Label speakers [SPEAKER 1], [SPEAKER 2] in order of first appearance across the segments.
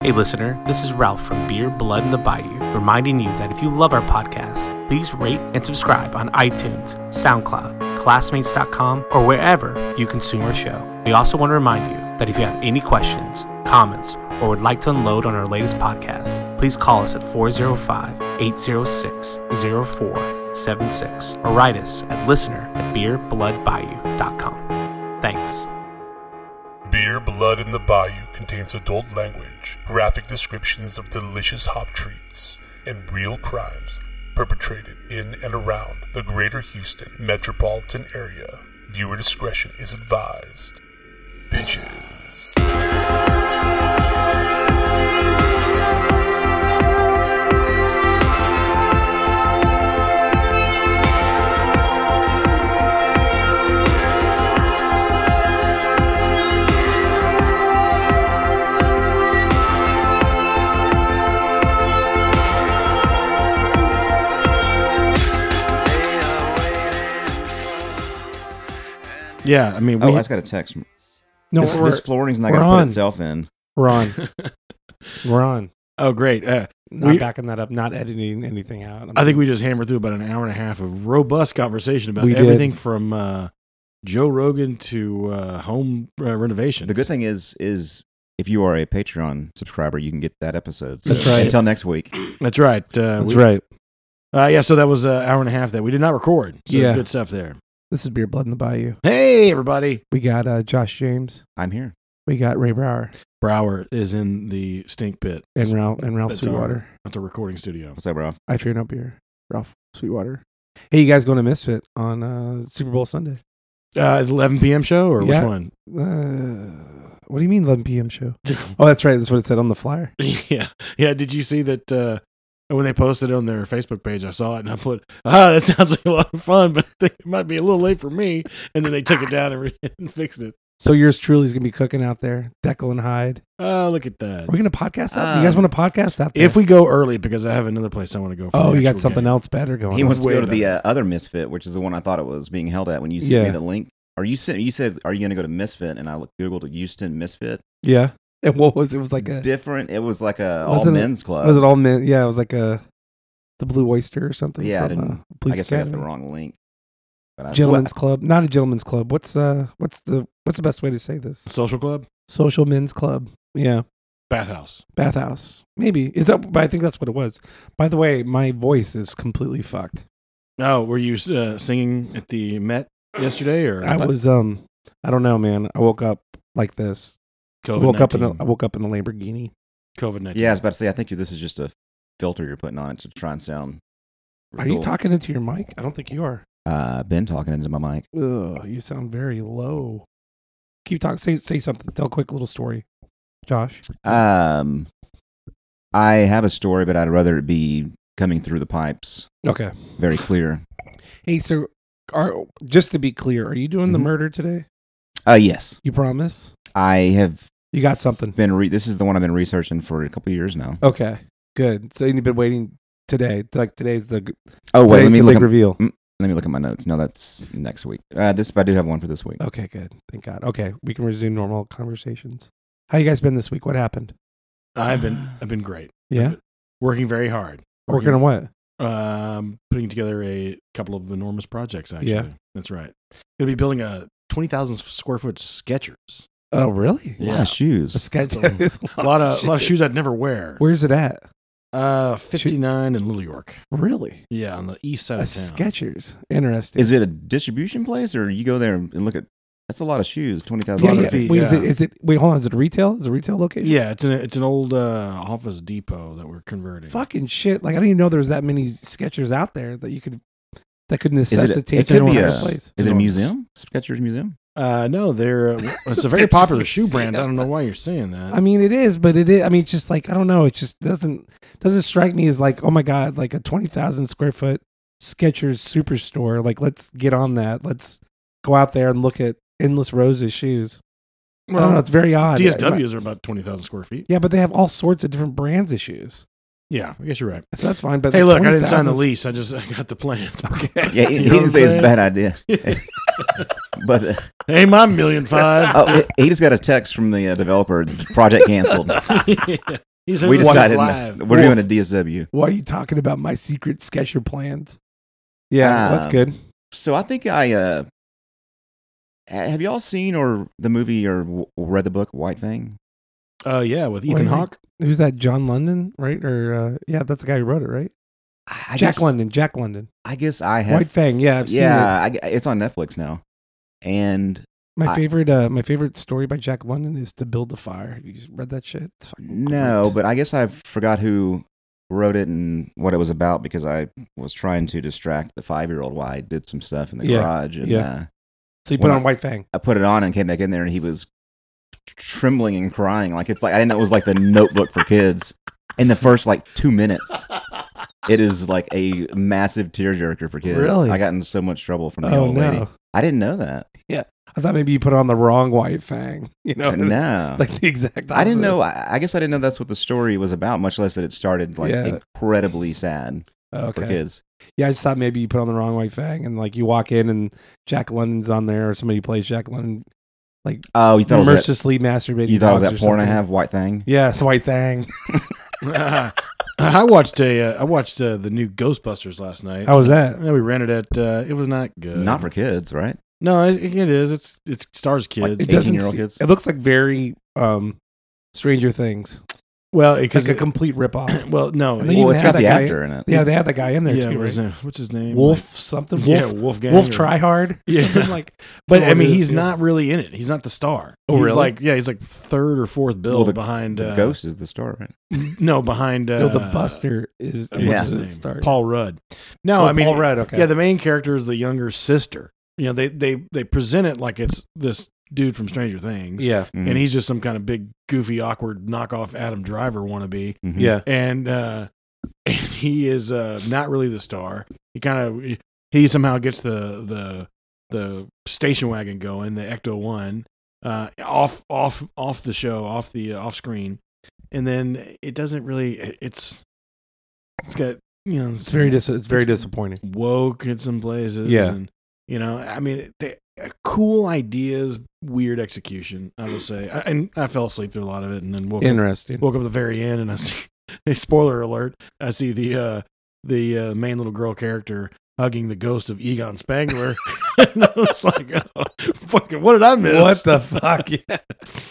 [SPEAKER 1] Hey, listener, this is Ralph from Beer, Blood, and the Bayou, reminding you that if you love our podcast, please rate and subscribe on iTunes, SoundCloud, Classmates.com, or wherever you consume our show. We also want to remind you that if you have any questions, comments, or would like to unload on our latest podcast, please call us at 405 806 0476 or write us at listener at beerbloodbayou.com. Thanks.
[SPEAKER 2] Beer Blood in the Bayou contains adult language, graphic descriptions of delicious hop treats, and real crimes perpetrated in and around the greater Houston metropolitan area. Viewer discretion is advised. Bitches.
[SPEAKER 3] Yeah, I mean, we
[SPEAKER 4] Oh, I just got a text.
[SPEAKER 1] No,
[SPEAKER 4] this,
[SPEAKER 1] we're,
[SPEAKER 4] this flooring's not
[SPEAKER 1] we're
[SPEAKER 4] going to put
[SPEAKER 1] on.
[SPEAKER 4] itself in.
[SPEAKER 1] we're on. We're on.
[SPEAKER 3] oh great. Uh,
[SPEAKER 1] Not
[SPEAKER 3] we-
[SPEAKER 1] backing that up, not editing anything out.
[SPEAKER 3] I think we just hammered through about an hour and a half of robust conversation about
[SPEAKER 1] We did.
[SPEAKER 3] everything from uh, Joe Rogan to uh, home uh, renovations.
[SPEAKER 4] The good thing is, is if you are a Patreon subscriber, you can get that episode. So
[SPEAKER 1] That's right.
[SPEAKER 4] Until next week.
[SPEAKER 3] That's right. Uh,
[SPEAKER 1] That's
[SPEAKER 3] we-
[SPEAKER 1] right.
[SPEAKER 3] Uh, yeah, so that was an hour and a half that we did not record. So
[SPEAKER 1] Yeah.
[SPEAKER 3] good stuff there.
[SPEAKER 1] This is Beer Blood in the Bayou.
[SPEAKER 3] Hey, everybody.
[SPEAKER 1] We got uh, Josh James.
[SPEAKER 4] I'm here.
[SPEAKER 1] We got Ray Brower
[SPEAKER 3] Brower is in the stink pit.
[SPEAKER 1] and Ralph and Ralph
[SPEAKER 3] That's
[SPEAKER 1] Sweetwater.
[SPEAKER 3] At the recording studio.
[SPEAKER 4] What's up, bro?
[SPEAKER 1] I fear no beer. Ralph Sweetwater. Hey, you guys going to Misfit on uh, Super Bowl Sunday?
[SPEAKER 3] Uh, the 11 p.m. show or
[SPEAKER 1] Yeah.
[SPEAKER 3] which one?
[SPEAKER 1] Uh, what do you mean 11 p.m. show? Oh, that's right. That's what it said on the flyer.
[SPEAKER 3] yeah. Yeah. Did you see that uh, when they posted it on their Facebook page? I saw it and I put, ah, that sounds like a lot of fun, but I think it might be a little late for me. And then they took it down and, re- and fixed it.
[SPEAKER 1] So yours truly is going to be cooking out there. Declan Hyde.
[SPEAKER 3] Oh, look at that.
[SPEAKER 1] Are we going to podcast out? Do you guys
[SPEAKER 4] Um,
[SPEAKER 1] want to podcast out there?
[SPEAKER 3] If we go early, because I have another place I want to go for.
[SPEAKER 1] oh,
[SPEAKER 3] the
[SPEAKER 1] you got
[SPEAKER 3] actual
[SPEAKER 1] something
[SPEAKER 3] game.
[SPEAKER 1] else better going
[SPEAKER 4] He
[SPEAKER 1] on.
[SPEAKER 4] wants to go
[SPEAKER 3] way
[SPEAKER 4] to the uh, other Misfit, which is the one I thought it was being held at when you sent
[SPEAKER 1] Yeah.
[SPEAKER 4] me the link. Are you sent? You said, "Are you going to go to Misfit?" And I looked- googled Houston Misfit.
[SPEAKER 1] Yeah. And what was it? Was like a
[SPEAKER 4] Different. It was like a all
[SPEAKER 1] Wasn't it-
[SPEAKER 4] men's club.
[SPEAKER 1] was it all men? Yeah, it was like a the Blue Oyster or something.
[SPEAKER 4] Yeah, I
[SPEAKER 1] from,
[SPEAKER 4] didn't-
[SPEAKER 1] uh, Police
[SPEAKER 4] I guess I got
[SPEAKER 1] Academy.
[SPEAKER 4] the wrong link. But I,
[SPEAKER 1] Gentlemen's Club, not a gentleman's club. What's uh, what's the what's the best way to say this?
[SPEAKER 3] Social club?
[SPEAKER 1] Social men's club. Yeah,
[SPEAKER 3] Bathhouse.
[SPEAKER 1] bathhouse. Maybe is that? But I think that's what it was. By the way, my voice is completely fucked.
[SPEAKER 3] Oh, were you uh, singing at the Met yesterday or
[SPEAKER 1] I was um, I don't know, man. I woke up like this. I
[SPEAKER 3] COVID-19?
[SPEAKER 1] woke up in a I woke up in a Lamborghini.
[SPEAKER 3] COVID nineteen.
[SPEAKER 4] yeah, I was about to say. I think this is just a filter you're putting on it to try and sound.
[SPEAKER 1] Are you
[SPEAKER 4] cool.
[SPEAKER 1] talking into your mic? I don't think you are.
[SPEAKER 4] Uh, been talking into my mic.
[SPEAKER 1] Ugh, you sound very low. Keep talking. Say say something. Tell a quick little story, Josh.
[SPEAKER 4] Um, I have a story, but I'd rather it be coming through the pipes,
[SPEAKER 1] Okay.
[SPEAKER 4] very clear.
[SPEAKER 1] Hey, so are just to be clear, are you doing the
[SPEAKER 4] Mhm.
[SPEAKER 1] murder today?
[SPEAKER 4] Uh, yes,
[SPEAKER 1] You promise?
[SPEAKER 4] I have
[SPEAKER 1] You got something.
[SPEAKER 4] been. Re- this is the one I've been researching for a couple of years now.
[SPEAKER 1] Okay. Good. So you've been waiting today. Like today's the
[SPEAKER 4] Oh wait, let
[SPEAKER 1] today's
[SPEAKER 4] me
[SPEAKER 1] the
[SPEAKER 4] look.
[SPEAKER 1] big
[SPEAKER 4] At,
[SPEAKER 1] reveal.
[SPEAKER 4] let me look at my notes. No, that's next week. Uh, this, I do have one for this week.
[SPEAKER 1] Okay, good. Thank God. Okay, we can resume normal conversations. How you guys been this week? What happened?
[SPEAKER 3] I've been I've been great.
[SPEAKER 1] Yeah.
[SPEAKER 3] Working very hard.
[SPEAKER 1] Working on what?
[SPEAKER 3] um putting together a couple of enormous projects actually.
[SPEAKER 1] Yeah.
[SPEAKER 3] That's right. Gonna be building a twenty thousand square foot sketchers.
[SPEAKER 1] Oh, really?
[SPEAKER 4] A lot of
[SPEAKER 1] A
[SPEAKER 4] shoes.
[SPEAKER 1] sketch.
[SPEAKER 3] That's a-
[SPEAKER 1] is
[SPEAKER 3] A lot of a lot of
[SPEAKER 1] Oh, shit.
[SPEAKER 3] shoes I'd never wear.
[SPEAKER 1] Where's it at?
[SPEAKER 3] Uh fifty nine in Little York.
[SPEAKER 1] Really?
[SPEAKER 3] Yeah, on the east side
[SPEAKER 1] A
[SPEAKER 3] of town.
[SPEAKER 1] Skechers. Interesting.
[SPEAKER 4] Is it a distribution place, or you go there and look at? That's a lot of shoes. Twenty thousand.
[SPEAKER 1] yeah,
[SPEAKER 3] lot of
[SPEAKER 1] yeah.
[SPEAKER 3] feet,
[SPEAKER 1] Wait, is
[SPEAKER 3] yeah.
[SPEAKER 1] it? Is it? Wait, hold on. Is it retail? Is it a retail location?
[SPEAKER 3] Yeah, it's an it's an old uh, office depot that we're converting.
[SPEAKER 1] fucking shit. Like I didn't even know there was that many sketchers out there that you could that could
[SPEAKER 4] it-
[SPEAKER 1] necessitate
[SPEAKER 4] it could
[SPEAKER 1] anyone
[SPEAKER 4] be
[SPEAKER 1] else's
[SPEAKER 4] a-
[SPEAKER 1] place.
[SPEAKER 4] Is it a
[SPEAKER 3] Enormous.
[SPEAKER 4] museum? Skechers museum.
[SPEAKER 3] Uh, no, they're uh, it's a
[SPEAKER 4] That's
[SPEAKER 3] very
[SPEAKER 4] good
[SPEAKER 3] popular
[SPEAKER 4] for
[SPEAKER 3] shoe brand. I
[SPEAKER 4] sale.
[SPEAKER 3] don't know why you're saying that.
[SPEAKER 1] I mean, it is, but it is. I mean, it's just like I don't know. It just doesn't doesn't strike me as like oh my god, like a twenty thousand square foot Skechers superstore. Like let's get on that. Let's go out there and look at endless roses shoes. I don't know. It's very odd.
[SPEAKER 3] DSWs are about twenty thousand square feet.
[SPEAKER 1] Yeah, but they have all sorts of different brands of shoes,
[SPEAKER 3] Yeah, I guess you're right.
[SPEAKER 1] so that's fine. But
[SPEAKER 3] hey,
[SPEAKER 1] like,
[SPEAKER 3] look, I didn't sign the
[SPEAKER 1] 20,000
[SPEAKER 3] lease. I just I got the plans. Okay.
[SPEAKER 4] Yeah, he, he didn't say it's a bad idea, but. Uh,
[SPEAKER 3] Hey, my million five.
[SPEAKER 4] oh, he he just got a text from the uh, developer. The project canceled.
[SPEAKER 3] Yeah. He's
[SPEAKER 4] we
[SPEAKER 3] Hoodlums
[SPEAKER 4] decided
[SPEAKER 3] live.
[SPEAKER 4] we're doing a DSW.
[SPEAKER 1] Why are you talking about my secret sketcher plans? Yeah, that's
[SPEAKER 4] Ah.
[SPEAKER 1] good.
[SPEAKER 4] So I think I uh, ha- have y'all seen or the movie or w- read the book White Fang?
[SPEAKER 3] Uh, yeah, with
[SPEAKER 1] Wait,
[SPEAKER 3] Ethan Hawke.
[SPEAKER 1] Who's that? John London, right? Or uh, yeah, that's the guy who wrote it, right?
[SPEAKER 4] I I
[SPEAKER 1] Jack
[SPEAKER 4] guess,
[SPEAKER 1] London. Jack London.
[SPEAKER 4] I guess I have.
[SPEAKER 1] White Fang. Yeah, I've seen it.
[SPEAKER 4] yeah, I g it's on Netflix now, and
[SPEAKER 1] My
[SPEAKER 4] I-
[SPEAKER 1] favorite. Uh, my favorite story by Jack London is to build a fire. Have You read that shit? It's fucking
[SPEAKER 4] no,
[SPEAKER 1] great.
[SPEAKER 4] but I guess I forgot who wrote it and what it was about because I was trying to distract the five-year-old while I did some stuff in the
[SPEAKER 1] Yeah,
[SPEAKER 4] garage, and
[SPEAKER 1] yeah.
[SPEAKER 4] uh,
[SPEAKER 1] so you put
[SPEAKER 4] when
[SPEAKER 1] on White Fang.
[SPEAKER 4] I put it on and came back in there, and he was trembling and crying. Like it's like I didn't know it was like the Notebook for kids. In the first like two minutes, it is like a massive tearjerker for kids.
[SPEAKER 1] Really?
[SPEAKER 4] I got in so much trouble from the
[SPEAKER 1] Oh
[SPEAKER 4] old
[SPEAKER 1] no!
[SPEAKER 4] lady. I didn't know that.
[SPEAKER 1] I thought maybe you put on the wrong White Fang. You know,
[SPEAKER 4] no,
[SPEAKER 1] Oh, like the exact. Opposite.
[SPEAKER 4] I didn't know. I, I guess I didn't know that's what the story was about. Much less that it started like
[SPEAKER 1] Yeah.
[SPEAKER 4] incredibly sad for
[SPEAKER 1] Oh, Okay.
[SPEAKER 4] kids.
[SPEAKER 1] Yeah, I just thought maybe you put on the wrong White Fang, and like you walk in and Jack London's on there, or somebody who plays Jack London
[SPEAKER 4] Oh, you thought it was
[SPEAKER 1] mercilessly masturbating.
[SPEAKER 4] that, you thought it was
[SPEAKER 1] dogs
[SPEAKER 4] that
[SPEAKER 1] or
[SPEAKER 4] porn I
[SPEAKER 1] something.
[SPEAKER 4] have white thing.
[SPEAKER 1] Yeah, it's White Fang.
[SPEAKER 3] I watched a. Uh, I watched uh, the new Ghostbusters last night.
[SPEAKER 1] How was that?
[SPEAKER 3] Yeah, we rented it. Uh, it was not good.
[SPEAKER 4] Not for kids, right?
[SPEAKER 3] No, it, it is. It's it stars kids.
[SPEAKER 1] It doesn't.
[SPEAKER 4] 18-year-old
[SPEAKER 1] se-
[SPEAKER 4] kids?
[SPEAKER 1] It looks like very um, Stranger Things,
[SPEAKER 3] well, because
[SPEAKER 1] like a complete ripoff.
[SPEAKER 3] well, no, it-
[SPEAKER 1] And they
[SPEAKER 4] Well,
[SPEAKER 1] even
[SPEAKER 4] it's
[SPEAKER 1] had
[SPEAKER 4] got the
[SPEAKER 1] that guy-
[SPEAKER 4] actor in it.
[SPEAKER 1] yeah, they had that guy in there
[SPEAKER 3] yeah,
[SPEAKER 1] too,
[SPEAKER 3] what is
[SPEAKER 1] right?
[SPEAKER 3] it- what's his name?
[SPEAKER 1] Wolf something. Wolf.
[SPEAKER 3] yeah, Wolfgang.
[SPEAKER 1] Wolf
[SPEAKER 3] or-
[SPEAKER 1] Tryhard.
[SPEAKER 3] Yeah.
[SPEAKER 1] Something like,
[SPEAKER 3] But I
[SPEAKER 1] whatever
[SPEAKER 3] mean,
[SPEAKER 1] it
[SPEAKER 3] he's
[SPEAKER 1] is, yeah.
[SPEAKER 3] not really in it. He's not the star.
[SPEAKER 1] Oh,
[SPEAKER 3] he's
[SPEAKER 1] really?
[SPEAKER 3] Like, yeah, he's like third or fourth bill
[SPEAKER 4] Well, the-
[SPEAKER 3] behind
[SPEAKER 4] The
[SPEAKER 3] uh,
[SPEAKER 4] ghost is the star, right?
[SPEAKER 3] No, behind uh,
[SPEAKER 1] no, the Buster is.
[SPEAKER 3] uh,
[SPEAKER 1] is
[SPEAKER 4] Yeah.
[SPEAKER 3] what's his
[SPEAKER 1] the
[SPEAKER 3] name?
[SPEAKER 1] star.
[SPEAKER 3] Paul Rudd. No,
[SPEAKER 1] Oh,
[SPEAKER 3] I mean,
[SPEAKER 1] Paul Rudd. Okay.
[SPEAKER 3] yeah, the main character is the younger sister. You know, they they they present it like it's this dude from Stranger Things.
[SPEAKER 1] yeah. Mm-hmm.
[SPEAKER 4] Mhm.
[SPEAKER 3] and he's just some kind of big, goofy, awkward knockoff Adam Driver wannabe.
[SPEAKER 4] Mhm.
[SPEAKER 1] Yeah.
[SPEAKER 3] and uh, and he is uh, not really the star. He kind of he somehow gets the the the station wagon going, the Ecto One, uh, off off off the show, off the uh, off screen, and then it doesn't really. it- It's it's got you know
[SPEAKER 1] It's very. Dis- it's very disappointing.
[SPEAKER 3] woke in some places.
[SPEAKER 1] Yeah.
[SPEAKER 3] and, you know, I mean, they, uh, cool ideas, weird execution. I will say, I, and I fell asleep through a lot of it, and then woke up
[SPEAKER 1] Interesting.
[SPEAKER 3] woke up at the very end and I see spoiler alert, I see the uh the uh, main little girl character hugging the ghost of Egon Spangler. and I was like, oh, fucking what did I miss?
[SPEAKER 1] What the fuck? Yeah,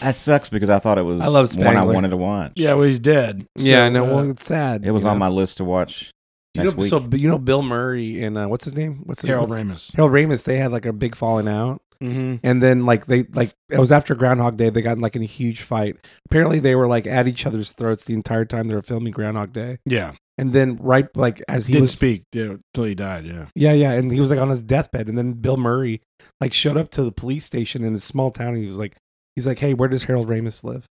[SPEAKER 4] That sucks because I thought it was
[SPEAKER 1] I love
[SPEAKER 4] one I
[SPEAKER 1] Spangler.
[SPEAKER 4] wanted to watch.
[SPEAKER 3] Yeah, well he's dead.
[SPEAKER 1] yeah I know.
[SPEAKER 3] uh,
[SPEAKER 1] Well, it's sad.
[SPEAKER 4] it was
[SPEAKER 1] you
[SPEAKER 4] on
[SPEAKER 1] know?
[SPEAKER 4] my list to watch
[SPEAKER 1] You
[SPEAKER 4] next
[SPEAKER 1] know,
[SPEAKER 4] week.
[SPEAKER 1] So but you know Bill Murray and uh, what's his name? What's his
[SPEAKER 3] Harold
[SPEAKER 1] what's-
[SPEAKER 3] Ramis.
[SPEAKER 1] Harold Ramis. They had like a big falling out,
[SPEAKER 3] Mm-hmm.
[SPEAKER 1] and then like they like it was after Groundhog Day. They got in like in a huge fight. Apparently, they were like at each other's throats the entire time they were filming Groundhog Day.
[SPEAKER 3] Yeah.
[SPEAKER 1] And then right like as he
[SPEAKER 3] Didn't
[SPEAKER 1] was
[SPEAKER 3] speak yeah, till he died, yeah.
[SPEAKER 1] yeah yeah, and he was like on his deathbed, and then Bill Murray like showed up to the police station in a small town, and he was like he's like hey where does Harold Ramis live?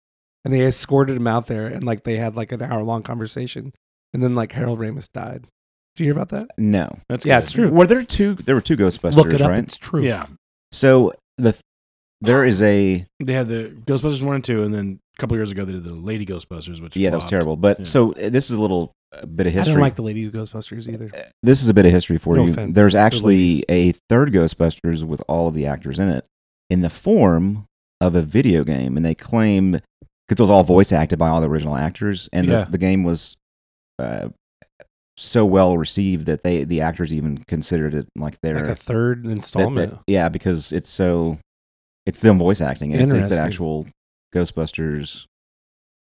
[SPEAKER 1] And they escorted him out there, and like they had like an hour long conversation, and then like Harold Ramis died. Did you hear about that?
[SPEAKER 4] no.
[SPEAKER 3] That's
[SPEAKER 1] yeah,
[SPEAKER 3] good.
[SPEAKER 1] it's true.
[SPEAKER 4] Were there two? There were two Ghostbusters,
[SPEAKER 1] Look it up.
[SPEAKER 4] right?
[SPEAKER 1] It's true.
[SPEAKER 3] Yeah.
[SPEAKER 4] So the th- there is a
[SPEAKER 3] They had the Ghostbusters one and two, and then a couple years ago they did the Lady Ghostbusters, which
[SPEAKER 4] yeah, that was
[SPEAKER 3] flopped.
[SPEAKER 4] terrible. But
[SPEAKER 3] Yeah.
[SPEAKER 4] so uh, this is a little uh, bit of
[SPEAKER 1] I
[SPEAKER 4] history.
[SPEAKER 1] don't like the ladies Ghostbusters either.
[SPEAKER 4] Uh, this is a bit of history for
[SPEAKER 1] No
[SPEAKER 4] you.
[SPEAKER 1] offense.
[SPEAKER 4] There's
[SPEAKER 1] They're
[SPEAKER 4] actually a third Ghostbusters with all of the actors in it in the form of a video game, and they claim because it was all voice acted by all the original actors, and
[SPEAKER 1] Yeah.
[SPEAKER 4] the, the game was uh, so well received that they the actors even considered it like their
[SPEAKER 1] Like a third
[SPEAKER 4] that-
[SPEAKER 1] installment.
[SPEAKER 4] that- yeah, because it's so it's them voice acting. It's, it's an
[SPEAKER 1] Interesting.
[SPEAKER 4] actual Ghostbusters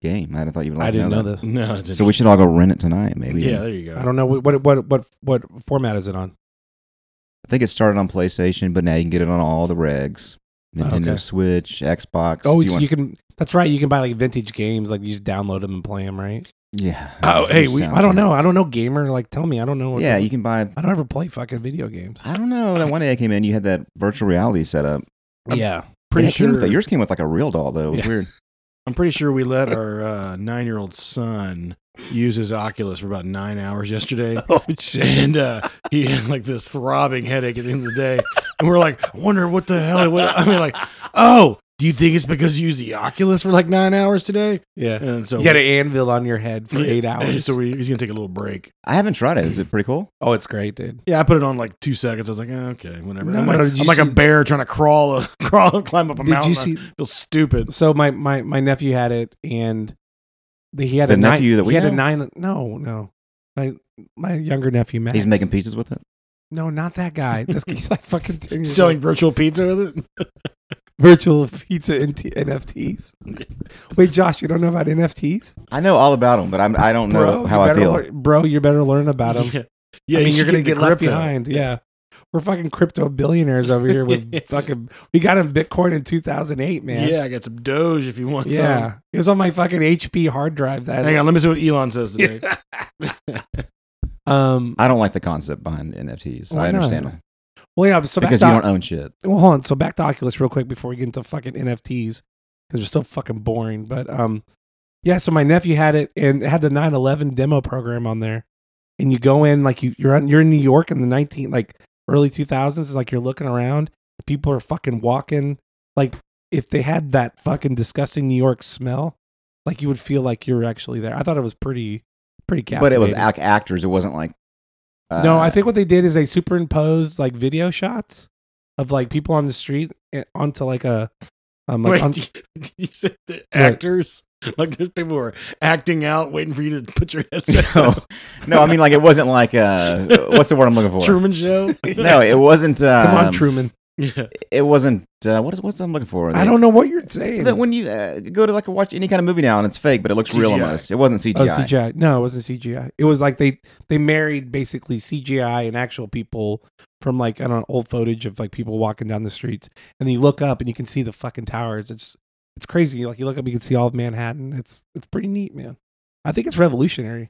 [SPEAKER 4] game. I thought you would like
[SPEAKER 1] I
[SPEAKER 4] to
[SPEAKER 1] didn't know,
[SPEAKER 4] that.
[SPEAKER 1] this.
[SPEAKER 3] No, it's
[SPEAKER 4] So we should all go rent it tonight, maybe.
[SPEAKER 3] Yeah, there you go.
[SPEAKER 1] I don't know what what what what, what format is it on?
[SPEAKER 4] I think it started on PlayStation, but now you can get it on all the regs: Nintendo
[SPEAKER 1] Oh, Okay.
[SPEAKER 4] Switch, Xbox.
[SPEAKER 1] Oh,
[SPEAKER 4] Do
[SPEAKER 1] you,
[SPEAKER 4] want-
[SPEAKER 1] can. That's right. You can buy like vintage games. Like you just download them and play them, right?
[SPEAKER 4] yeah.
[SPEAKER 3] Oh, hey, we-
[SPEAKER 4] Sounds
[SPEAKER 1] I don't
[SPEAKER 4] right.
[SPEAKER 1] know. I don't know gamer. Like tell me. I don't know. What
[SPEAKER 4] Yeah, you can buy.
[SPEAKER 1] I don't ever play fucking video games.
[SPEAKER 4] I don't know. That one day I came in, you had that virtual reality set up. I'm
[SPEAKER 1] yeah.
[SPEAKER 3] pretty
[SPEAKER 4] Yeah, it came with-
[SPEAKER 3] sure
[SPEAKER 4] yours came with like a real doll, though. It was
[SPEAKER 1] Yeah.
[SPEAKER 4] weird.
[SPEAKER 3] I'm pretty sure we let our uh, nine year old son use his Oculus for about nine hours yesterday.
[SPEAKER 4] Oh,
[SPEAKER 3] And uh, he had like this throbbing headache at the end of the day. And we're like, I wonder what the hell it was. I mean, like, oh, do you think it's because you used the Oculus for like nine hours today?
[SPEAKER 1] Yeah.
[SPEAKER 3] And so
[SPEAKER 1] You had an anvil on your head for eight hours.
[SPEAKER 3] So we, he's going to take a little break.
[SPEAKER 4] I haven't tried it. Is it pretty cool?
[SPEAKER 1] oh, it's great, dude.
[SPEAKER 3] Yeah, I put it on like two seconds. I was like, "Eh, okay, whatever.
[SPEAKER 1] No,
[SPEAKER 3] I'm
[SPEAKER 1] no,
[SPEAKER 3] like,
[SPEAKER 1] no, did you
[SPEAKER 3] I'm like a
[SPEAKER 1] see-
[SPEAKER 3] bear trying to crawl, a, crawl, climb up a
[SPEAKER 1] Did
[SPEAKER 3] mountain.
[SPEAKER 1] you
[SPEAKER 3] I
[SPEAKER 1] see?
[SPEAKER 3] feel stupid.
[SPEAKER 1] So my my my nephew had it, and the- he had
[SPEAKER 4] The
[SPEAKER 1] a nine-
[SPEAKER 4] nephew that we
[SPEAKER 1] he had a
[SPEAKER 4] know?
[SPEAKER 1] nine. No, no, my my younger nephew Max.
[SPEAKER 4] He's making pizzas with it.
[SPEAKER 1] No, not that guy. This guy's like fucking ten years
[SPEAKER 3] Selling
[SPEAKER 1] old.
[SPEAKER 3] virtual pizza with it?
[SPEAKER 1] virtual pizza and t- NFTs. Wait, Josh, you don't know about NFTs,
[SPEAKER 4] I know all about them, but I'm, I don't know
[SPEAKER 1] bro?
[SPEAKER 4] how
[SPEAKER 1] you
[SPEAKER 4] I
[SPEAKER 1] better
[SPEAKER 4] feel.
[SPEAKER 1] lear- bro. You better learn about them.
[SPEAKER 3] Yeah, yeah
[SPEAKER 1] I mean,
[SPEAKER 3] you should
[SPEAKER 1] you're gonna
[SPEAKER 3] into
[SPEAKER 1] get left
[SPEAKER 3] crypto.
[SPEAKER 1] behind. Yeah, we're fucking crypto billionaires over here with fucking. We got in Bitcoin in 2008, man.
[SPEAKER 3] Yeah, I got some Doge if you want.
[SPEAKER 1] yeah.
[SPEAKER 3] some.
[SPEAKER 1] It was on my fucking HP hard drive. That
[SPEAKER 3] Hang on, let me see what Elon says today.
[SPEAKER 1] um.
[SPEAKER 4] I don't like the concept behind NFTs.
[SPEAKER 1] Why
[SPEAKER 4] I understand
[SPEAKER 1] not?
[SPEAKER 4] them
[SPEAKER 1] Well, yeah. So
[SPEAKER 4] because you
[SPEAKER 1] back to
[SPEAKER 4] don't own shit.
[SPEAKER 1] well, hold on. So back to Oculus real quick before we get into fucking NFTs because they're so fucking boring. But um, yeah. So my nephew had it and it had the 9/11 demo program on there, and you go in like you you're on, you're in New York in the 19 like early 2000s. It's like you're looking around, people are fucking walking. Like if they had that fucking disgusting New York smell, like you would feel like you were actually there. I thought it was pretty pretty
[SPEAKER 4] But it was
[SPEAKER 1] captivating.
[SPEAKER 4] ac- actors. It wasn't like. Uh,
[SPEAKER 1] No, I think what they did is they superimposed like video shots of like people on the street and- onto like a um like
[SPEAKER 3] Wait,
[SPEAKER 1] on,
[SPEAKER 3] you, you said the actors? Like there's people who are acting out, waiting for you to put your headset.
[SPEAKER 1] Oh,
[SPEAKER 4] No,
[SPEAKER 3] on.
[SPEAKER 4] no, I mean like it wasn't like uh, what's the word I'm looking for?
[SPEAKER 3] Truman Show.
[SPEAKER 4] No, it wasn't. Um,
[SPEAKER 1] come on Truman.
[SPEAKER 3] Yeah.
[SPEAKER 4] It wasn't. Uh, what is what's I'm looking for?
[SPEAKER 1] I don't know what you're saying.
[SPEAKER 4] That when you uh, go to like watch any kind of movie now and it's fake, but it looks real
[SPEAKER 3] CGI.
[SPEAKER 4] almost. It wasn't CGI.
[SPEAKER 1] oh, CGI. No, it wasn't CGI. It was like they they married basically CGI and actual people from like I don't know old footage of like people walking down the streets, and you look up and you can see the fucking towers. It's it's crazy. Like you look up, you can see all of Manhattan. It's it's pretty neat, man. I think it's revolutionary.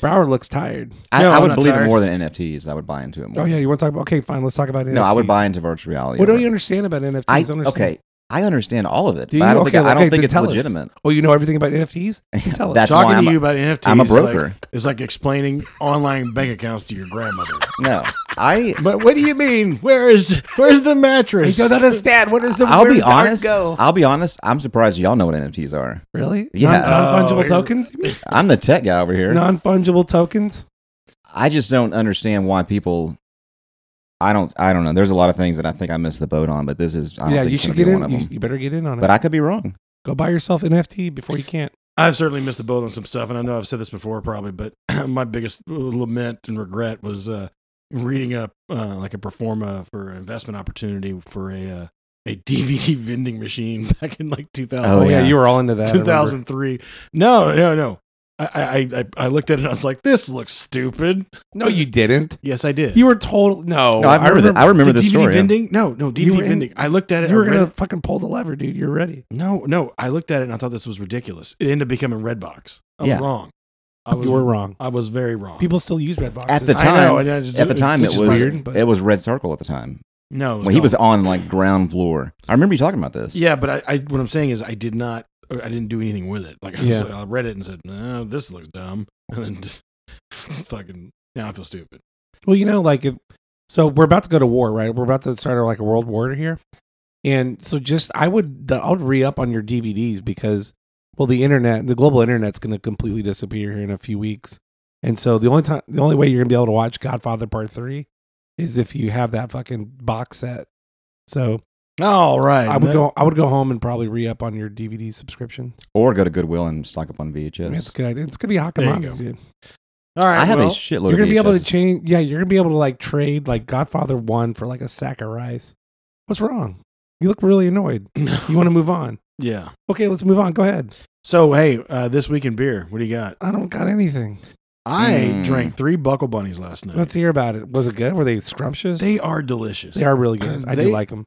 [SPEAKER 1] Broward looks tired.
[SPEAKER 4] I,
[SPEAKER 3] No,
[SPEAKER 4] I
[SPEAKER 3] I'm
[SPEAKER 4] would
[SPEAKER 3] not
[SPEAKER 4] believe
[SPEAKER 3] tired.
[SPEAKER 4] it more than NFTs. I would buy into it more.
[SPEAKER 1] Oh yeah, you want to talk about? Okay, fine. Let's talk about it.
[SPEAKER 4] No, I would buy into virtual reality.
[SPEAKER 1] What don't you understand about NFTs?
[SPEAKER 4] I
[SPEAKER 1] Don't understand.
[SPEAKER 4] okay. I understand all of it.
[SPEAKER 1] Do
[SPEAKER 4] but I
[SPEAKER 1] you?
[SPEAKER 4] don't
[SPEAKER 1] Okay,
[SPEAKER 4] think I don't
[SPEAKER 1] okay,
[SPEAKER 4] think
[SPEAKER 1] then
[SPEAKER 4] it's
[SPEAKER 1] tell us.
[SPEAKER 4] legitimate.
[SPEAKER 1] Oh, you know everything about NFTs? Then Tell us.
[SPEAKER 4] That's why
[SPEAKER 3] Talking
[SPEAKER 4] I'm
[SPEAKER 3] to
[SPEAKER 4] a-
[SPEAKER 3] you about NFTs.
[SPEAKER 4] I'm a
[SPEAKER 3] is like-
[SPEAKER 4] broker.
[SPEAKER 3] It's like explaining online bank accounts to your grandmother.
[SPEAKER 4] No, I
[SPEAKER 3] But what do you mean? Where is where's the mattress?
[SPEAKER 1] I don't understand. What is the?
[SPEAKER 4] I'll
[SPEAKER 1] where
[SPEAKER 4] be
[SPEAKER 1] does the art
[SPEAKER 4] honest.
[SPEAKER 1] Go?
[SPEAKER 4] I'll be honest. I'm surprised y'all know what NFTs are.
[SPEAKER 1] Really?
[SPEAKER 4] Yeah.
[SPEAKER 1] Non-
[SPEAKER 3] Oh,
[SPEAKER 1] fungible
[SPEAKER 3] you're-
[SPEAKER 1] tokens.
[SPEAKER 4] I'm the tech guy over here.
[SPEAKER 1] Non fungible tokens.
[SPEAKER 4] I just don't understand why people. I don't. I don't know. There's a lot of things that I think I missed the boat on, but this is. I don't
[SPEAKER 1] Yeah,
[SPEAKER 4] think
[SPEAKER 1] you
[SPEAKER 4] it's gonna
[SPEAKER 1] should
[SPEAKER 4] be
[SPEAKER 1] get in.
[SPEAKER 4] One of
[SPEAKER 1] You,
[SPEAKER 4] them.
[SPEAKER 1] you better get in on it.
[SPEAKER 4] But I Oh, could be wrong.
[SPEAKER 1] Go buy yourself an NFT before you can't.
[SPEAKER 3] I've certainly missed the boat on some stuff, and I know I've said this before, probably, but my biggest lament and regret was uh, reading up uh, like a performa for an investment opportunity for a uh, a DVD vending machine back in like 2000,
[SPEAKER 4] Oh, yeah.
[SPEAKER 1] you were all into that. I remember.
[SPEAKER 3] 2003. No, no, no. I, I, I, I looked at it and I was like, this looks stupid.
[SPEAKER 1] No, you didn't.
[SPEAKER 3] Yes, I did.
[SPEAKER 1] You were told. No,
[SPEAKER 4] No, I remember. that I remember
[SPEAKER 3] the
[SPEAKER 4] this
[SPEAKER 3] DVD
[SPEAKER 4] story. yeah.
[SPEAKER 3] vending? No, no,
[SPEAKER 1] Oh, You
[SPEAKER 3] DVD
[SPEAKER 1] were in-
[SPEAKER 3] vending. I looked at it.
[SPEAKER 1] You were
[SPEAKER 3] I read
[SPEAKER 1] gonna
[SPEAKER 3] it.
[SPEAKER 1] fucking pull the lever, dude. You're ready.
[SPEAKER 3] No, no. I looked at it and I thought this was ridiculous. It ended up becoming Redbox. I was
[SPEAKER 4] Yeah.
[SPEAKER 3] wrong. I was
[SPEAKER 1] You were wrong.
[SPEAKER 3] I was very wrong.
[SPEAKER 1] People still use red boxes
[SPEAKER 4] At the
[SPEAKER 3] I know,
[SPEAKER 4] time-
[SPEAKER 3] and I just-
[SPEAKER 4] at the time,
[SPEAKER 3] which
[SPEAKER 4] it
[SPEAKER 3] is
[SPEAKER 4] was
[SPEAKER 3] weird, but-
[SPEAKER 4] it was Red Circle at the time.
[SPEAKER 3] no. it
[SPEAKER 4] Well, he
[SPEAKER 3] gone.
[SPEAKER 4] was on like ground floor. I remember you talking about this.
[SPEAKER 3] Yeah, but I, I what I'm saying is I did not I didn't do anything with it. Like I, was-
[SPEAKER 1] Yeah.
[SPEAKER 3] I read it and said, "No, this looks dumb," and then just fucking now I feel stupid.
[SPEAKER 1] Well, you know, like if so, we're about to go to war, right? We're about to start our, like a world war here, and so just I would the- I would re up on your DVDs because well, the internet, the global internet's going to completely disappear here in a few weeks, and so the only time, the only way you're going to be able to watch Godfather Part Three is if you have that fucking box set. So
[SPEAKER 3] All right,
[SPEAKER 1] I would go, I would go home and probably re up on your DVD subscription.
[SPEAKER 4] Or go to Goodwill and stock up on
[SPEAKER 1] That's It's
[SPEAKER 4] VHS.
[SPEAKER 1] a good. idea. It's going to be
[SPEAKER 3] There you
[SPEAKER 1] Hakamana,
[SPEAKER 3] go.
[SPEAKER 1] dude.
[SPEAKER 3] All right,
[SPEAKER 4] I have a
[SPEAKER 3] well,
[SPEAKER 4] shitload.
[SPEAKER 1] You're
[SPEAKER 4] of
[SPEAKER 1] gonna be able to
[SPEAKER 4] VHSs.
[SPEAKER 1] change. Yeah, you're gonna be able to like trade like Godfather One for like a sack of rice. What's wrong? You look really annoyed. You want to move on?
[SPEAKER 3] yeah.
[SPEAKER 1] Okay, let's move on. Go ahead.
[SPEAKER 3] So hey, uh, this week in beer, what do you got?
[SPEAKER 1] I don't got anything.
[SPEAKER 3] I
[SPEAKER 4] Mm.
[SPEAKER 3] drank three Buckle Bunnies last night.
[SPEAKER 1] Let's hear about it. Was it good? Were they scrumptious?
[SPEAKER 3] they are delicious.
[SPEAKER 1] They are really good. I
[SPEAKER 3] They-
[SPEAKER 1] do like them.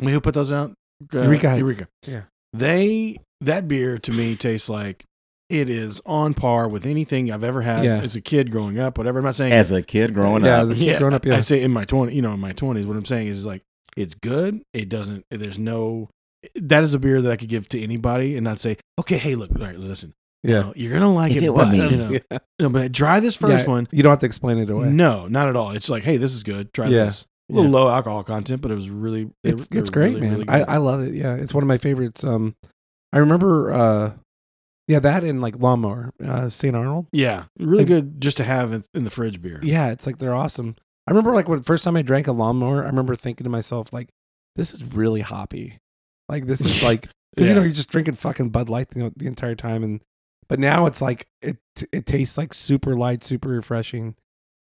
[SPEAKER 3] Who put those out? Uh,
[SPEAKER 1] Eureka Heights.
[SPEAKER 3] Eureka.
[SPEAKER 1] Yeah.
[SPEAKER 3] They that beer to me tastes like it is on par with anything I've ever had
[SPEAKER 1] Yeah.
[SPEAKER 3] as a kid growing up. Whatever. I'm not saying
[SPEAKER 4] as a kid growing
[SPEAKER 1] Yeah,
[SPEAKER 4] up.
[SPEAKER 1] as a kid growing up. Yeah,
[SPEAKER 3] I say in my twenty, you know, in my twenties. What I'm saying is like it's good. It doesn't. There's no. That is a beer that I could give to anybody and not say, okay, hey, look, all right, listen, you
[SPEAKER 1] yeah.
[SPEAKER 3] know, you're gonna like
[SPEAKER 4] If
[SPEAKER 3] it,
[SPEAKER 4] it were
[SPEAKER 3] but,
[SPEAKER 4] me.
[SPEAKER 3] you know,
[SPEAKER 1] Yeah.
[SPEAKER 3] no, but try this first
[SPEAKER 1] Yeah,
[SPEAKER 3] one.
[SPEAKER 1] You don't have to explain it away.
[SPEAKER 3] No, not at all. It's like, hey, this is good. Try
[SPEAKER 1] Yeah.
[SPEAKER 3] this. A little
[SPEAKER 1] Yeah.
[SPEAKER 3] low alcohol content, but it was really. they
[SPEAKER 1] it's
[SPEAKER 3] were-
[SPEAKER 1] it's
[SPEAKER 3] they were
[SPEAKER 1] great,
[SPEAKER 3] really,
[SPEAKER 1] man.
[SPEAKER 3] really
[SPEAKER 1] I,
[SPEAKER 3] good.
[SPEAKER 1] I love it. Yeah, it's one of my favorites. Um, I remember. uh Yeah, that and like lawnmower, uh, St. Arnold.
[SPEAKER 3] yeah, really
[SPEAKER 1] Like-
[SPEAKER 3] good just to have in, in the fridge beer.
[SPEAKER 1] Yeah, it's like they're awesome. I remember like when first time I drank a lawnmower, I remember thinking to myself like, "This is really hoppy." Like this is like because
[SPEAKER 3] Yeah.
[SPEAKER 1] you know you're just drinking fucking Bud Light the, the entire time, and But now it's like it it tastes like super light, super refreshing,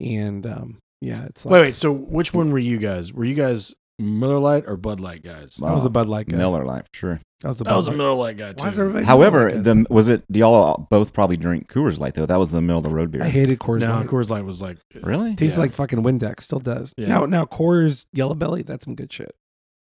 [SPEAKER 1] and um, yeah, it's like
[SPEAKER 3] Wait, wait. So which one were you guys? Were you guys Miller Light or Bud Light guys?
[SPEAKER 1] That was a Bud Light guy.
[SPEAKER 4] Miller Life, sure.
[SPEAKER 1] That was
[SPEAKER 3] I
[SPEAKER 1] a Bud
[SPEAKER 3] Oh, was a
[SPEAKER 1] Light.
[SPEAKER 3] Miller Light guy too.
[SPEAKER 1] Why is everybody?
[SPEAKER 4] However,
[SPEAKER 1] Miller Lite guy?
[SPEAKER 4] the was it? Do y'all all- both probably drink Coors Light though? That was the middle of the road beer.
[SPEAKER 1] I hated Coors
[SPEAKER 3] no,
[SPEAKER 1] Light.
[SPEAKER 3] Coors Light was like
[SPEAKER 4] really?
[SPEAKER 1] Tastes
[SPEAKER 3] yeah.
[SPEAKER 1] like fucking Windex. Still does.
[SPEAKER 3] Yeah.
[SPEAKER 1] Now, now Coors Yellow Belly. That's some good shit.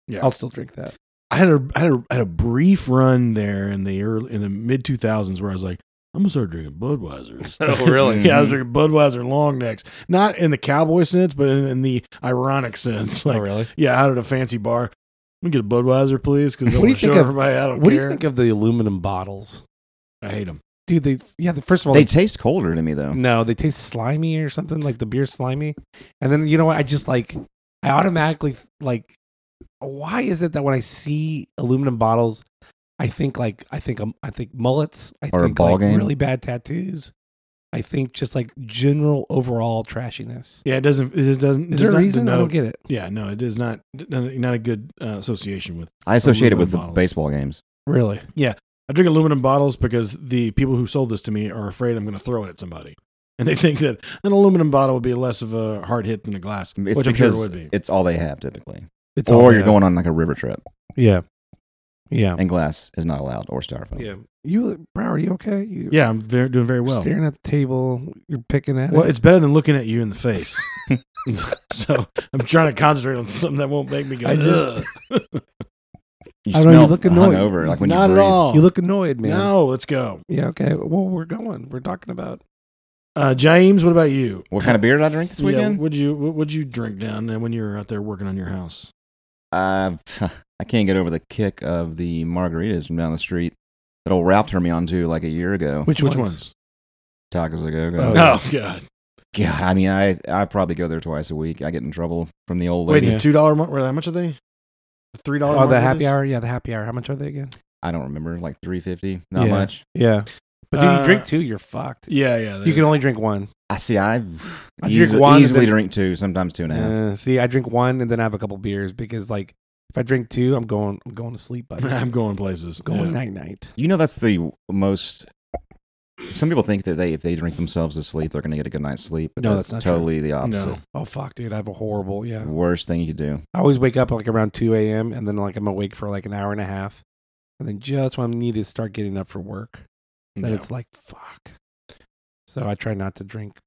[SPEAKER 3] Yeah.
[SPEAKER 1] I'll still drink that.
[SPEAKER 3] I had a I had a, had a brief run there in the early in the mid two thousands where I was like, I'm gonna start drinking Budweiser.
[SPEAKER 1] Oh, really?
[SPEAKER 3] yeah, I was drinking Budweiser long necks, not in the cowboy sense, but in, in the ironic sense. Like,
[SPEAKER 1] really?
[SPEAKER 3] yeah, out at a fancy bar, let me get a Budweiser, please, because
[SPEAKER 1] What do
[SPEAKER 3] I want
[SPEAKER 1] you
[SPEAKER 3] to show
[SPEAKER 1] think of-
[SPEAKER 3] everybody I don't
[SPEAKER 1] What do
[SPEAKER 3] care.
[SPEAKER 1] you think of the aluminum bottles,
[SPEAKER 3] I hate them.
[SPEAKER 1] dude? They yeah. The first of all,
[SPEAKER 4] They taste colder to me though.
[SPEAKER 1] No, they taste slimy or something like the beer slimy. And then you know what? I just like I automatically like why is it that when I see aluminum bottles, I think like I think um, I think mullets, I
[SPEAKER 4] Or a
[SPEAKER 1] think
[SPEAKER 4] ball
[SPEAKER 1] like
[SPEAKER 4] game.
[SPEAKER 1] really bad tattoos. I think just like general overall trashiness.
[SPEAKER 3] Yeah, it doesn't. It just doesn't.
[SPEAKER 1] Is
[SPEAKER 3] it does
[SPEAKER 1] there a
[SPEAKER 3] not
[SPEAKER 1] reason? I
[SPEAKER 3] denote-
[SPEAKER 1] don't get it.
[SPEAKER 3] Yeah, no, it is not not a good uh, association with.
[SPEAKER 4] I associate it
[SPEAKER 3] Aluminum
[SPEAKER 4] with the
[SPEAKER 3] bottles.
[SPEAKER 4] baseball games.
[SPEAKER 1] Really?
[SPEAKER 3] I drink aluminum bottles because the people who sold this to me are afraid I'm going to throw it at somebody, and they think that an aluminum bottle would be less of a hard hit than a glass,
[SPEAKER 4] It's
[SPEAKER 3] which I'm sure it
[SPEAKER 4] because
[SPEAKER 3] would be.
[SPEAKER 4] it's all they have typically.
[SPEAKER 1] It's all
[SPEAKER 4] or you're
[SPEAKER 1] bad.
[SPEAKER 4] going on like a river trip,
[SPEAKER 1] Yeah. Yeah.
[SPEAKER 4] and glass is not allowed or styrofoam.
[SPEAKER 1] Yeah. You Brower, are you okay? You
[SPEAKER 3] yeah, I'm very, doing very
[SPEAKER 1] you're
[SPEAKER 3] well.
[SPEAKER 1] staring at the table, you're picking at
[SPEAKER 3] Well,
[SPEAKER 1] it.
[SPEAKER 3] it's better than looking at you in the face. so I'm trying to concentrate on something that won't make me go.
[SPEAKER 1] I just-
[SPEAKER 3] "Ugh."
[SPEAKER 4] You
[SPEAKER 1] I
[SPEAKER 4] smell
[SPEAKER 1] don't know, you look
[SPEAKER 4] look
[SPEAKER 1] annoyed.
[SPEAKER 4] hungover, like when
[SPEAKER 3] not
[SPEAKER 4] you
[SPEAKER 3] at
[SPEAKER 4] breathe.
[SPEAKER 3] all.
[SPEAKER 1] You look annoyed, man.
[SPEAKER 3] no. Let's go,
[SPEAKER 1] Yeah, okay. Well, we're going. We're talking about
[SPEAKER 3] uh, James. What about you?
[SPEAKER 4] What kind of beer did I drink this
[SPEAKER 3] Yeah,
[SPEAKER 4] weekend?
[SPEAKER 3] would you what would you drink down there when you were out there working on your house?
[SPEAKER 4] Uh, I can't get over the kick of the margaritas from down the street that old Ralph turned me on to like a year ago.
[SPEAKER 1] which
[SPEAKER 3] Which
[SPEAKER 1] ones?
[SPEAKER 3] ones?
[SPEAKER 4] Tacos a go
[SPEAKER 1] Oh,
[SPEAKER 4] go.
[SPEAKER 1] yeah.
[SPEAKER 3] Oh God!
[SPEAKER 4] God, I mean, I I probably go there twice a week. I get in trouble from the old
[SPEAKER 3] Wait,
[SPEAKER 4] lady.
[SPEAKER 3] the two dollar were how much are they? The three dollar.
[SPEAKER 1] Oh, the happy hour. Yeah, the happy hour. How much are they again?
[SPEAKER 4] I don't remember, like three fifty. Not
[SPEAKER 1] Yeah.
[SPEAKER 4] much.
[SPEAKER 1] Yeah, but dude,
[SPEAKER 3] Uh,
[SPEAKER 1] you drink two, you're fucked.
[SPEAKER 3] Yeah, yeah.
[SPEAKER 1] You can only drink one.
[SPEAKER 4] I see. I
[SPEAKER 1] I drink
[SPEAKER 4] easily,
[SPEAKER 1] one and
[SPEAKER 4] easily
[SPEAKER 1] then-
[SPEAKER 4] drink two, sometimes two and a half.
[SPEAKER 1] Uh, see, I drink one and then I have a couple beers because, like, if I drink two, I'm going, I'm going to sleep. Buddy.
[SPEAKER 3] I'm going places.
[SPEAKER 1] going
[SPEAKER 3] Yeah.
[SPEAKER 1] night night.
[SPEAKER 4] You know, that's the most. Some people think that they, if they drink themselves to sleep, they're going to get a good night's sleep. But
[SPEAKER 1] No,
[SPEAKER 4] that's,
[SPEAKER 1] that's not
[SPEAKER 4] totally the opposite.
[SPEAKER 1] Oh fuck, dude, I have a horrible. Yeah,
[SPEAKER 4] Worst thing you could do.
[SPEAKER 1] I always wake up like around two a.m. and then like I'm awake for like an hour and a half, and then just when I need to start getting up for work,
[SPEAKER 3] No.
[SPEAKER 1] then it's like fuck. So I try not to drink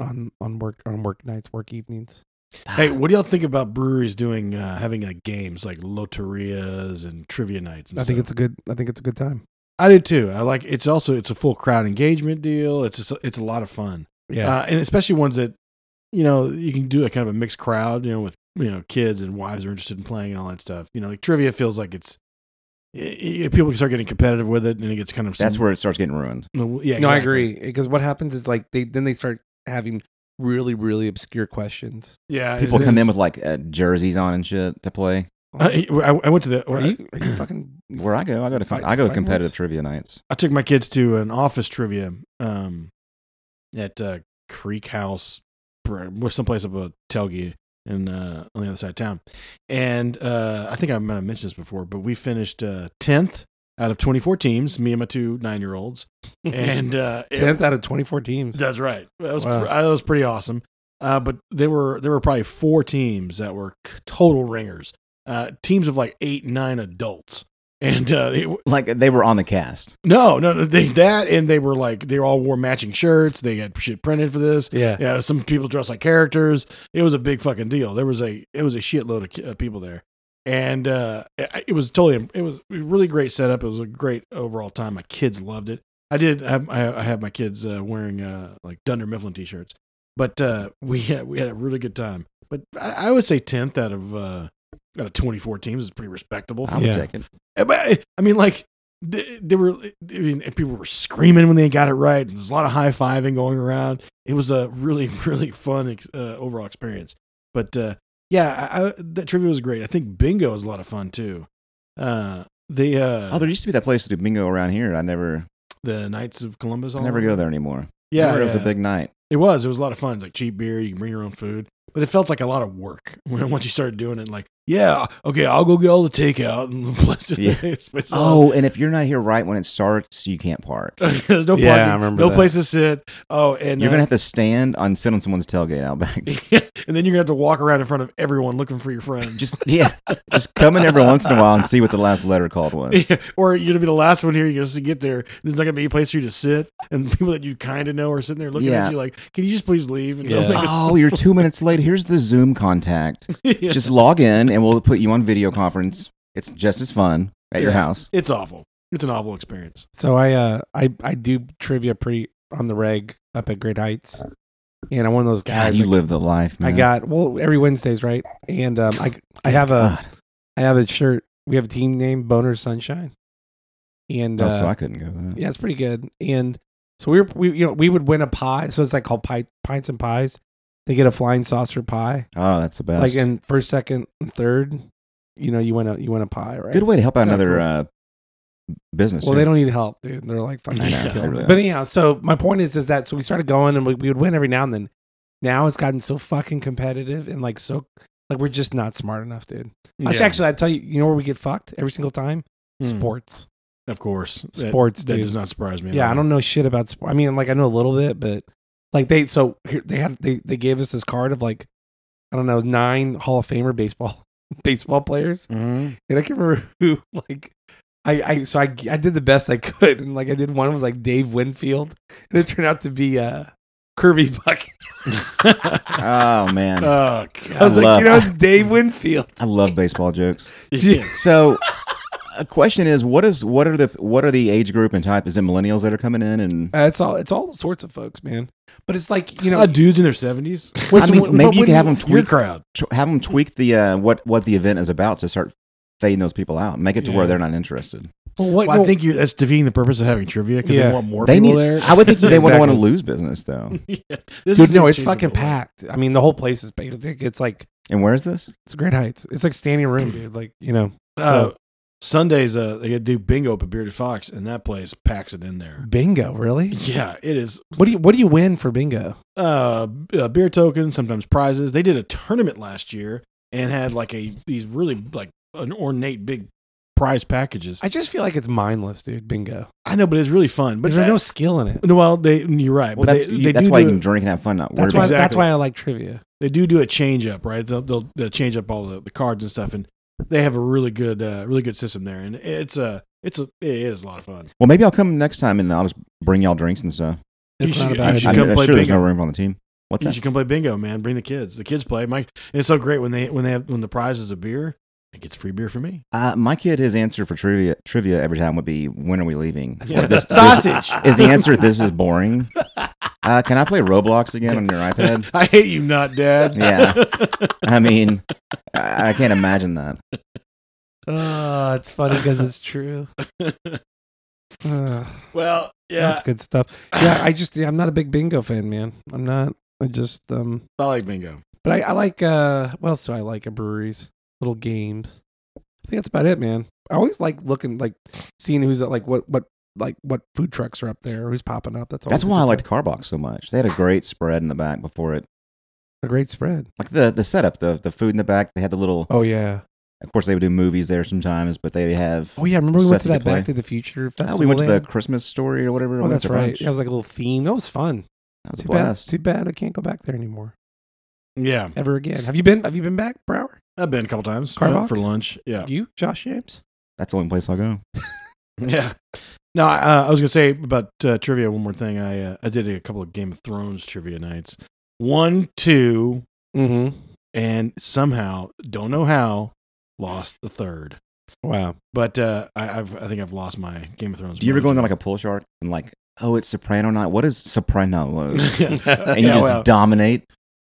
[SPEAKER 1] on on work on work nights, work evenings.
[SPEAKER 3] Hey, what do y'all think about breweries doing uh, having like games like loterias and trivia nights? And
[SPEAKER 1] I think
[SPEAKER 3] stuff?
[SPEAKER 1] it's a good. I think it's a good time.
[SPEAKER 3] I do too. I like it's also it's a full crowd engagement deal. It's just, it's a lot of fun. uh, and especially ones that you know you can do a kind of a mixed crowd you know with you know kids and wives are interested in playing and all that stuff you know like trivia feels like it's i- i- people can start getting competitive with it and it gets kind of
[SPEAKER 4] That's where it starts getting ruined.
[SPEAKER 3] yeah
[SPEAKER 1] No, I
[SPEAKER 3] exactly.
[SPEAKER 1] agree. Because what happens is like they then they start having really really obscure questions.
[SPEAKER 3] yeah
[SPEAKER 4] People
[SPEAKER 3] it's-
[SPEAKER 4] come in with like uh, jerseys on and shit to play.
[SPEAKER 3] I, I- I went to the
[SPEAKER 1] are Uh, you are you fucking
[SPEAKER 4] Where I go, I go to
[SPEAKER 1] Fight-
[SPEAKER 4] I go to
[SPEAKER 1] fight
[SPEAKER 4] competitive
[SPEAKER 1] nights?
[SPEAKER 4] trivia nights.
[SPEAKER 3] I took my kids to an office trivia um, at uh, Creek House, or someplace up a Telge in uh, on the other side of town, and uh, I think I might have mentioned this before, but we finished uh, tenth out of twenty four teams. Me and my two nine year olds, and uh, it-
[SPEAKER 1] tenth out of twenty four teams.
[SPEAKER 3] that's right. That was
[SPEAKER 1] Wow.
[SPEAKER 3] pr- that was pretty awesome. Uh, but there were there were probably four teams that were c- total ringers. Uh, teams of like eight nine adults, and uh, it,
[SPEAKER 4] Like they were on the cast.
[SPEAKER 3] no, no, no, they, that and they were like they all wore matching shirts. They had shit printed for this.
[SPEAKER 1] Yeah.
[SPEAKER 3] Yeah, some people dressed like characters. It was a big fucking deal. There was a it was a shitload of ki- uh, people there, and uh, it it was totally it was a really great setup. It was a great overall time. My kids loved it. I did have I, I have my kids uh, wearing uh, like Dunder Mifflin t-shirts, but uh, we had, we had a really good time. But I, I would say tenth out of uh, out of twenty four teams is pretty respectable.
[SPEAKER 4] I
[SPEAKER 3] for-
[SPEAKER 4] would
[SPEAKER 1] Yeah.
[SPEAKER 4] take it.
[SPEAKER 3] Eh, But I- I mean, like they, they were, eh, I mean, and people were screaming when they got it right. There's a lot of high fiving going around. It was a really, really fun ex- uh, overall experience. But uh, yeah, I, I, that trivia was great. I think bingo is a lot of fun too. Uh, the uh,
[SPEAKER 4] Oh, there used to be that place to do bingo around here. I never
[SPEAKER 3] the Knights of Columbus.
[SPEAKER 4] I
[SPEAKER 3] all
[SPEAKER 4] never
[SPEAKER 3] that?
[SPEAKER 4] go there anymore.
[SPEAKER 3] Yeah,
[SPEAKER 4] Remember, it was a
[SPEAKER 3] yeah.
[SPEAKER 4] big night.
[SPEAKER 3] It was. It was a lot of fun. It's like cheap beer. You can bring your own food, but it felt like a lot of work when once you started doing it. Like, yeah, okay, I'll go get all the takeout and place it-
[SPEAKER 4] Yeah.
[SPEAKER 3] place it out.
[SPEAKER 4] Oh, and if you're not here right when it starts, you can't park.
[SPEAKER 3] there's no
[SPEAKER 1] Yeah, I
[SPEAKER 3] parking,
[SPEAKER 1] remember
[SPEAKER 3] no
[SPEAKER 1] that.
[SPEAKER 3] place to sit. Oh, and
[SPEAKER 4] You're
[SPEAKER 3] uh,
[SPEAKER 4] gonna have to stand on sit on someone's tailgate out back.
[SPEAKER 3] and then you're gonna have to walk around in front of everyone looking for your friends.
[SPEAKER 4] Just yeah, just come in every once in a while and see what the last letter called was.
[SPEAKER 3] Yeah, or you're gonna be the last one here. You're gonna get there. There's not gonna be any place for you to sit, and people that you kind of know are sitting there looking
[SPEAKER 4] Yeah.
[SPEAKER 3] at you like, "Can you just please leave?" And
[SPEAKER 1] Yeah.
[SPEAKER 3] they'll make
[SPEAKER 4] Oh, you're two minutes late. Here's the Zoom contact.
[SPEAKER 3] it- Yeah.
[SPEAKER 4] Just log in and we'll put you on video conference. It's just as fun at your
[SPEAKER 3] Yeah.
[SPEAKER 4] house.
[SPEAKER 3] it's awful. It's an awful experience.
[SPEAKER 1] So I uh I I do trivia pretty on the reg up at Great Heights, and I'm one of those
[SPEAKER 4] God,
[SPEAKER 1] guys.
[SPEAKER 4] you
[SPEAKER 1] like,
[SPEAKER 4] live the life, man.
[SPEAKER 1] I got well every Wednesdays, right? And um, I I have a
[SPEAKER 4] God.
[SPEAKER 1] I have a shirt. We have a team name Boner Sunshine, and
[SPEAKER 4] Oh,
[SPEAKER 1] uh,
[SPEAKER 4] so I couldn't go to that.
[SPEAKER 1] yeah, it's pretty good. And so we were we you know we would win a pie. So it's like called pie, pints and pies. They get a flying saucer pie,
[SPEAKER 4] Oh, that's the best.
[SPEAKER 1] like in first, second, and third. You know, you win a you win a pie, right?
[SPEAKER 4] Good way to help out
[SPEAKER 1] Yeah,
[SPEAKER 4] another
[SPEAKER 1] cool.
[SPEAKER 4] uh, business.
[SPEAKER 1] Well,
[SPEAKER 4] dude.
[SPEAKER 1] they don't need help, dude. They're like fucking
[SPEAKER 4] I know,
[SPEAKER 1] killed
[SPEAKER 4] they really
[SPEAKER 1] it.
[SPEAKER 4] are.
[SPEAKER 1] But anyhow, so my point is, is that so we started going and we, we would win every now and then. Now it's gotten so fucking competitive and like so like we're just not smart enough, dude. Actually, actually, I tell you, you know where we get fucked every single time?
[SPEAKER 3] Hmm.
[SPEAKER 1] Sports,
[SPEAKER 3] of course, That-
[SPEAKER 1] sports,
[SPEAKER 3] That,
[SPEAKER 1] dude.
[SPEAKER 3] does not surprise me. at
[SPEAKER 1] yeah, I
[SPEAKER 3] all.
[SPEAKER 1] don't know shit about sports. I mean, like I know a little bit, but like they so here, they had they they gave us this card of like I don't know nine Hall of Famer baseball baseball players. And I can remember who, like, I, I, so I, I did the best I could. And, like, I did one was like Dave Winfield. And it turned out to be, uh, Kirby Buck.
[SPEAKER 4] Oh man,
[SPEAKER 1] Uh,
[SPEAKER 3] Oh
[SPEAKER 1] I was
[SPEAKER 3] god.
[SPEAKER 1] like,
[SPEAKER 4] love-
[SPEAKER 1] you know, it's Dave Winfield.
[SPEAKER 4] I love baseball jokes.
[SPEAKER 3] Yeah.
[SPEAKER 4] So, a question is, what is what are the what are the age group and type? Is it millennials that are coming in? And
[SPEAKER 1] Uh, it's all, it's all sorts of folks, man. But it's like, you know,
[SPEAKER 3] Uh, dudes in their seventies.
[SPEAKER 4] I mean, maybe you could have them
[SPEAKER 3] Your
[SPEAKER 4] tweak
[SPEAKER 3] crowd.
[SPEAKER 4] tw- have them tweak the uh, what what the event is about to start fading those people out, make it to where
[SPEAKER 3] Yeah.
[SPEAKER 4] they're not interested.
[SPEAKER 1] well, what,
[SPEAKER 3] Well, I think you that's defeating the purpose of having trivia because
[SPEAKER 1] Yeah.
[SPEAKER 3] they want more
[SPEAKER 4] They
[SPEAKER 3] people
[SPEAKER 4] need.
[SPEAKER 3] there.
[SPEAKER 4] I would think they wouldn't want to
[SPEAKER 1] Exactly.
[SPEAKER 4] lose business though.
[SPEAKER 3] Yeah.
[SPEAKER 1] dude,
[SPEAKER 3] This is
[SPEAKER 1] no, it's fucking
[SPEAKER 3] unchangeable.
[SPEAKER 1] packed. I mean, the whole place is packed. It's like,
[SPEAKER 4] And where is this?
[SPEAKER 1] it's great heights. It's like standing room, dude. Like, you know,
[SPEAKER 3] Uh,
[SPEAKER 1] so
[SPEAKER 3] Sundays, uh, they do bingo up at Bearded Fox, and that place packs it in there.
[SPEAKER 1] bingo, really?
[SPEAKER 3] Yeah, it is
[SPEAKER 1] What do you, what do you win for bingo?
[SPEAKER 3] uh, b- uh, beer tokens, sometimes prizes. They did a tournament last year and had like a these really like an ornate big prize packages.
[SPEAKER 1] I
[SPEAKER 3] I,
[SPEAKER 1] just feel like it's mindless, dude. Bingo.
[SPEAKER 3] know, but it's really fun. But
[SPEAKER 1] There's no
[SPEAKER 3] that,
[SPEAKER 1] skill in it.
[SPEAKER 3] no, well, they you're right.
[SPEAKER 4] Well,
[SPEAKER 3] but
[SPEAKER 4] that's
[SPEAKER 3] they,
[SPEAKER 4] you-
[SPEAKER 3] they
[SPEAKER 4] that's
[SPEAKER 3] do
[SPEAKER 4] why
[SPEAKER 3] do,
[SPEAKER 4] you can drink and have fun, not worry
[SPEAKER 1] That's
[SPEAKER 4] about
[SPEAKER 1] why,
[SPEAKER 4] it.
[SPEAKER 1] that's
[SPEAKER 3] Exactly.
[SPEAKER 1] why I like trivia.
[SPEAKER 3] they do do a change up, right? They'll, they'll, they'll change up all the, the cards and stuff, and they have a really good uh, really good system there, and it's a it's a it is a lot of fun.
[SPEAKER 4] Well, maybe I'll come next time and I'll just bring y'all drinks and stuff.
[SPEAKER 1] It's
[SPEAKER 3] should-
[SPEAKER 1] not
[SPEAKER 3] You
[SPEAKER 1] about
[SPEAKER 3] should
[SPEAKER 4] I'm,
[SPEAKER 3] come
[SPEAKER 4] I'm
[SPEAKER 3] play
[SPEAKER 4] sure there's no
[SPEAKER 3] bingo.
[SPEAKER 4] room on the team. What's
[SPEAKER 3] You
[SPEAKER 4] that?
[SPEAKER 3] should come play bingo, man. Bring the kids. The kids play. My and it's so great when they when they have when the prize is a beer, it gets free beer for me.
[SPEAKER 4] Uh, my kid, his answer for trivia trivia every time would be, "When are we leaving?" Or this- this-
[SPEAKER 3] Sausage.
[SPEAKER 4] is the answer. This is boring. Uh, can I play Roblox again on your iPad?
[SPEAKER 3] I hate you not, Dad.
[SPEAKER 4] Yeah. I mean, I, I can't imagine that.
[SPEAKER 1] Oh, it's funny because it's true. Uh,
[SPEAKER 3] well, yeah.
[SPEAKER 1] That's good stuff. Yeah, I just yeah, I'm not a big bingo fan, man. I'm not. I just um,
[SPEAKER 3] I like bingo.
[SPEAKER 1] but I, I like uh, what else do I like at breweries? Little games. I think that's about it, man. I always like looking, like seeing who's at, like what what like what food trucks are up there, who's popping up. That's always
[SPEAKER 4] That's
[SPEAKER 1] a
[SPEAKER 4] why
[SPEAKER 1] good
[SPEAKER 4] I liked
[SPEAKER 1] time.
[SPEAKER 4] Carbox so much. They had a great spread in the back before it,
[SPEAKER 1] a great spread.
[SPEAKER 4] like the the setup, the the food in the back. They had the little.
[SPEAKER 1] Oh yeah,
[SPEAKER 4] Of course, they would do movies there sometimes, but they have.
[SPEAKER 1] oh yeah. Remember we
[SPEAKER 4] Stuff
[SPEAKER 1] went to
[SPEAKER 4] you
[SPEAKER 1] that
[SPEAKER 4] could play.
[SPEAKER 1] Back to the Future
[SPEAKER 4] Oh,
[SPEAKER 1] festival.
[SPEAKER 4] we went to
[SPEAKER 1] they
[SPEAKER 4] the
[SPEAKER 1] had?
[SPEAKER 4] Christmas story or whatever.
[SPEAKER 1] Oh,
[SPEAKER 4] Went
[SPEAKER 1] that's
[SPEAKER 4] to
[SPEAKER 1] right.
[SPEAKER 4] brunch.
[SPEAKER 1] That was like a little theme. That was fun.
[SPEAKER 4] That was a
[SPEAKER 1] Too bad.
[SPEAKER 4] blast.
[SPEAKER 1] Too bad I can't go back there anymore
[SPEAKER 3] Yeah,
[SPEAKER 1] ever again. Have you been? Have you been back, Brower?
[SPEAKER 3] I've been a couple times
[SPEAKER 1] Carbach?
[SPEAKER 3] Went for lunch. Yeah,
[SPEAKER 1] You, Josh James?
[SPEAKER 4] That's the only place I'll go.
[SPEAKER 3] yeah. No, I, uh, I was gonna say about uh, trivia. One more thing. I uh, I did a couple of Game of Thrones trivia nights. One, two,
[SPEAKER 1] Mm-hmm.
[SPEAKER 3] and somehow don't know how lost the third.
[SPEAKER 1] Wow.
[SPEAKER 3] But uh, I, I've I think I've lost my Game of Thrones.
[SPEAKER 4] Do you ever go into like a pool shark and like, oh, it's Soprano night? What is Soprano? and you
[SPEAKER 3] and
[SPEAKER 4] just dominate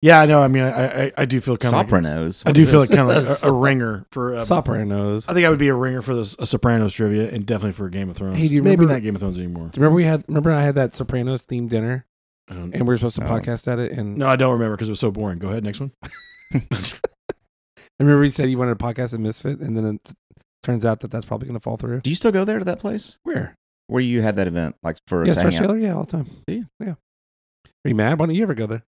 [SPEAKER 3] Yeah, I know. I mean, I I, I do feel kind of like,
[SPEAKER 4] Sopranos.
[SPEAKER 3] I
[SPEAKER 4] What
[SPEAKER 3] do
[SPEAKER 4] is
[SPEAKER 3] feel
[SPEAKER 4] this?
[SPEAKER 3] like kind of like a, a ringer for. Uh,
[SPEAKER 1] Sopranos.
[SPEAKER 3] I think I would be a ringer for the S- a Sopranos trivia, and definitely for Game of Thrones.
[SPEAKER 1] Hey, do you
[SPEAKER 3] Maybe
[SPEAKER 1] remember-
[SPEAKER 3] not Game of Thrones anymore.
[SPEAKER 1] remember we had? Remember I had that Sopranos themed dinner,
[SPEAKER 3] I don't-
[SPEAKER 1] and we were supposed to
[SPEAKER 4] Oh.
[SPEAKER 1] podcast at it. And
[SPEAKER 3] no, I don't remember because it was so boring. Go ahead, next one.
[SPEAKER 1] I remember you said you wanted to podcast at Misfit, and then it turns out that that's probably going to fall through.
[SPEAKER 4] Do you still go there to that place
[SPEAKER 1] Where?
[SPEAKER 4] where you had that event? Like for
[SPEAKER 1] Yeah,
[SPEAKER 4] to
[SPEAKER 1] Star
[SPEAKER 4] hang out?
[SPEAKER 1] Sailor. Yeah, all the time.
[SPEAKER 4] Yeah.
[SPEAKER 1] yeah. Are you mad? Why don't you ever go there?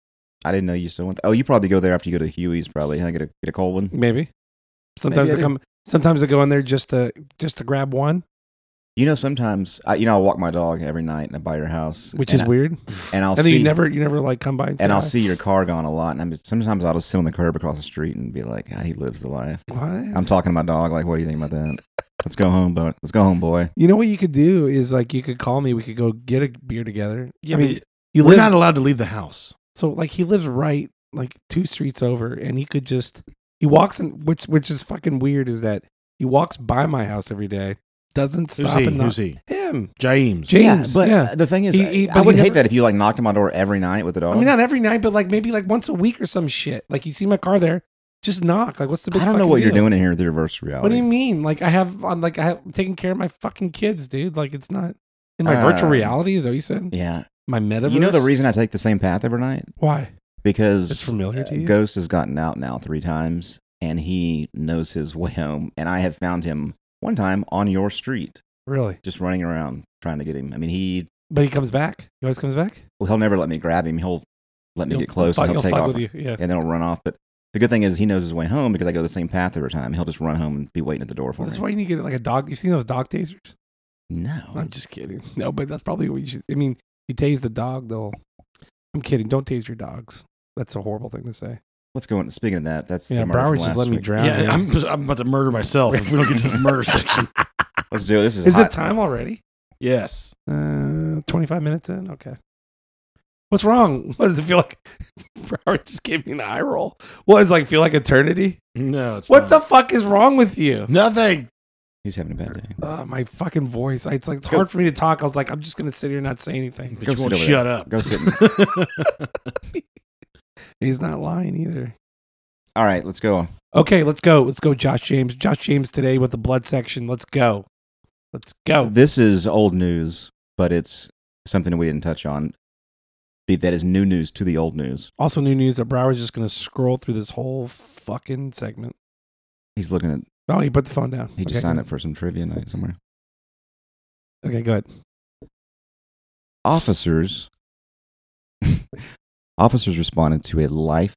[SPEAKER 4] I didn't know you still went. oh, you probably go there after you go to Huey's, probably. Huh? Get a get a cold one.
[SPEAKER 1] Maybe. Sometimes
[SPEAKER 4] Maybe I
[SPEAKER 1] I come. Sometimes I go in there just to just to grab one,
[SPEAKER 4] You know, sometimes I, you know I walk my dog every night and I buy your house,
[SPEAKER 1] which
[SPEAKER 4] and
[SPEAKER 1] is
[SPEAKER 4] I-
[SPEAKER 1] weird.
[SPEAKER 4] And I'll
[SPEAKER 1] and then
[SPEAKER 4] see
[SPEAKER 1] you never you never like come by and, say
[SPEAKER 4] and I'll
[SPEAKER 1] hi.
[SPEAKER 4] see your car gone a lot. And I'm just, sometimes I'll just sit on the curb across the street and be like, God, he lives the life.
[SPEAKER 1] What?
[SPEAKER 4] I'm talking to my dog. Like, what do you think about that? Let's go home, boy. Let's go home, boy.
[SPEAKER 1] you know what you could do is like you could call me. We could go get a beer together.
[SPEAKER 3] Yeah,
[SPEAKER 1] I mean,
[SPEAKER 3] but
[SPEAKER 1] you
[SPEAKER 3] we're
[SPEAKER 1] live
[SPEAKER 3] not allowed to leave the house.
[SPEAKER 1] so like he lives right like two streets over, and he could just he walks in. Which which is fucking weird is that he walks by my house every day, doesn't
[SPEAKER 3] Who's
[SPEAKER 1] stop
[SPEAKER 3] he?
[SPEAKER 1] and
[SPEAKER 3] Who's
[SPEAKER 1] knock.
[SPEAKER 3] he?
[SPEAKER 1] Him,
[SPEAKER 3] James.
[SPEAKER 1] James.
[SPEAKER 4] yeah, but
[SPEAKER 1] yeah.
[SPEAKER 4] uh, the thing is,
[SPEAKER 1] He-
[SPEAKER 4] I-
[SPEAKER 1] he-
[SPEAKER 4] I
[SPEAKER 1] but
[SPEAKER 4] would
[SPEAKER 1] he
[SPEAKER 4] hate
[SPEAKER 1] never-
[SPEAKER 4] that if you like knocked on my door every night with a dog.
[SPEAKER 1] I
[SPEAKER 4] I,
[SPEAKER 1] mean, not every night, but like maybe like once a week or some shit. Like you see my car there, just knock. Like what's the big?
[SPEAKER 4] don't know
[SPEAKER 1] fucking
[SPEAKER 4] what you're
[SPEAKER 1] deal?
[SPEAKER 4] doing in here with your reverse reality.
[SPEAKER 1] What do you mean? Like I have, I'm like I have I'm taking care of my fucking kids, dude. Like it's not in my virtual
[SPEAKER 4] Uh,
[SPEAKER 1] reality. Is that what you said?
[SPEAKER 4] Yeah,
[SPEAKER 1] My metaverse.
[SPEAKER 4] you know the reason I take the same path every night
[SPEAKER 1] why
[SPEAKER 4] because
[SPEAKER 1] it's familiar to
[SPEAKER 4] Uh,
[SPEAKER 1] you.
[SPEAKER 4] Ghost has gotten out now three times, and he knows his way home. And I have found him one time on your street,
[SPEAKER 1] really,
[SPEAKER 4] just running around trying to get him. I mean, he
[SPEAKER 1] but he comes back. He always comes back.
[SPEAKER 4] well, he'll never let me grab him. He'll let me
[SPEAKER 1] He'll-
[SPEAKER 4] get close,
[SPEAKER 1] he'll
[SPEAKER 4] and
[SPEAKER 1] fuck-
[SPEAKER 4] he'll take
[SPEAKER 1] fuck
[SPEAKER 4] off,
[SPEAKER 1] with you. Yeah.
[SPEAKER 4] and then he'll run off. But the good thing is, he knows his way home because I go the same path every time. He'll just run home and be waiting at the door for
[SPEAKER 1] That's
[SPEAKER 4] me.
[SPEAKER 1] why you need to get like a dog. You seen those dog tasers?
[SPEAKER 4] no,
[SPEAKER 1] I'm just kidding. No, but that's probably what you should. I mean, you tase the dog, they'll. I'm kidding. Don't tase your dogs. That's a horrible thing to say.
[SPEAKER 4] let's go on. Speaking of that, that's
[SPEAKER 1] yeah,
[SPEAKER 4] the murder from
[SPEAKER 1] Broward's
[SPEAKER 4] last
[SPEAKER 1] just let me
[SPEAKER 4] week.
[SPEAKER 1] drown.
[SPEAKER 3] Yeah,
[SPEAKER 1] here.
[SPEAKER 3] I'm, I'm about to murder myself if we don't get to this murder section.
[SPEAKER 4] Let's do it. This is,
[SPEAKER 1] Is
[SPEAKER 4] hot.
[SPEAKER 1] it time already?
[SPEAKER 3] Yes.
[SPEAKER 1] Uh, 25 minutes in? Okay. What's wrong? What does it feel like? Broward just gave me an eye roll. What does it like feel like eternity?
[SPEAKER 3] No. It's
[SPEAKER 1] What the
[SPEAKER 3] fine.
[SPEAKER 1] fuck is wrong with you?
[SPEAKER 3] Nothing.
[SPEAKER 4] He's having a bad day.
[SPEAKER 1] Uh, my fucking voice. I, it's like it's hard for me to talk. I was like, I'm just gonna sit here and not say anything.
[SPEAKER 3] But
[SPEAKER 4] Go
[SPEAKER 3] you won't
[SPEAKER 4] sit over
[SPEAKER 3] shut
[SPEAKER 4] there.
[SPEAKER 3] up.
[SPEAKER 4] Go sit.
[SPEAKER 1] He's not lying either.
[SPEAKER 4] All right, let's go.
[SPEAKER 1] Okay, let's go. Let's go, Josh James. Josh James today with the blood section. Let's go. Let's go.
[SPEAKER 4] This is old news, but it's something we didn't touch on. Be that is new news to the old news.
[SPEAKER 1] Also, new news that Broward's just gonna scroll through this whole fucking segment.
[SPEAKER 4] He's looking at.
[SPEAKER 1] Oh, he put the phone down.
[SPEAKER 4] He just
[SPEAKER 1] Okay,
[SPEAKER 4] signed
[SPEAKER 1] good.
[SPEAKER 4] up for some trivia night somewhere.
[SPEAKER 1] Okay, go ahead.
[SPEAKER 4] Officers. officers responded to a life.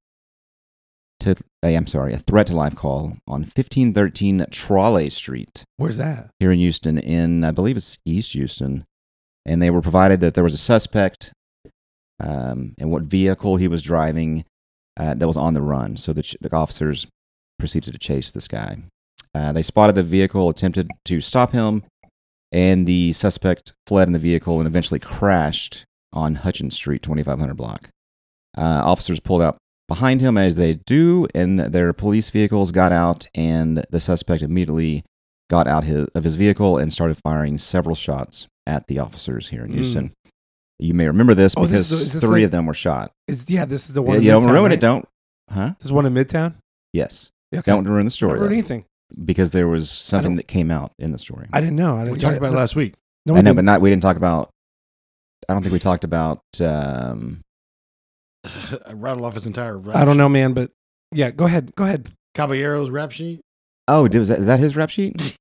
[SPEAKER 4] To a, I'm sorry, a threat to life call on 1513 Trolley Street
[SPEAKER 1] Where's that?
[SPEAKER 4] here in Houston, in I believe it's East Houston, and they were provided that there was a suspect um, and what vehicle he was driving uh, that was on the run. So the, ch- the officers proceeded to chase this guy. Uh, they spotted the vehicle, attempted to stop him, and the suspect fled in the vehicle and eventually crashed on Hutchins Street, 2500 block. Uh, officers pulled up behind him as they do, and their police vehicles got out, and the suspect immediately got out his, of his vehicle and started firing several shots at the officers here in
[SPEAKER 3] Mm.
[SPEAKER 4] Houston. You may remember this
[SPEAKER 1] Oh, this
[SPEAKER 4] because
[SPEAKER 1] is the- is this
[SPEAKER 4] three
[SPEAKER 1] like-
[SPEAKER 4] of them were shot.
[SPEAKER 1] Is yeah, this is the
[SPEAKER 4] Yeah,
[SPEAKER 1] one. in
[SPEAKER 4] you don't
[SPEAKER 1] Midtown,
[SPEAKER 4] ruin
[SPEAKER 1] right?
[SPEAKER 4] it, don't. Huh?
[SPEAKER 1] This is one in Midtown.
[SPEAKER 4] Yes.
[SPEAKER 1] Yeah, okay.
[SPEAKER 4] Don't ruin the
[SPEAKER 1] Don't
[SPEAKER 4] story
[SPEAKER 1] ruin
[SPEAKER 4] though,
[SPEAKER 1] anything.
[SPEAKER 4] because there was
[SPEAKER 1] don't-
[SPEAKER 4] something that came out in the story.
[SPEAKER 1] I didn't know. I didn't,
[SPEAKER 3] We talked
[SPEAKER 1] I-
[SPEAKER 3] about it
[SPEAKER 1] the-
[SPEAKER 3] last week.
[SPEAKER 1] No,
[SPEAKER 4] I
[SPEAKER 1] we
[SPEAKER 4] know, but
[SPEAKER 1] didn't.
[SPEAKER 4] not we didn't talk about. I don't think we talked about. Um,
[SPEAKER 3] I rattled off his entire rap
[SPEAKER 1] I don't
[SPEAKER 3] sheet.
[SPEAKER 1] know, man. But yeah, go ahead. Go ahead.
[SPEAKER 3] Caballero's rap sheet.
[SPEAKER 4] oh, did, was that, is that his rap sheet?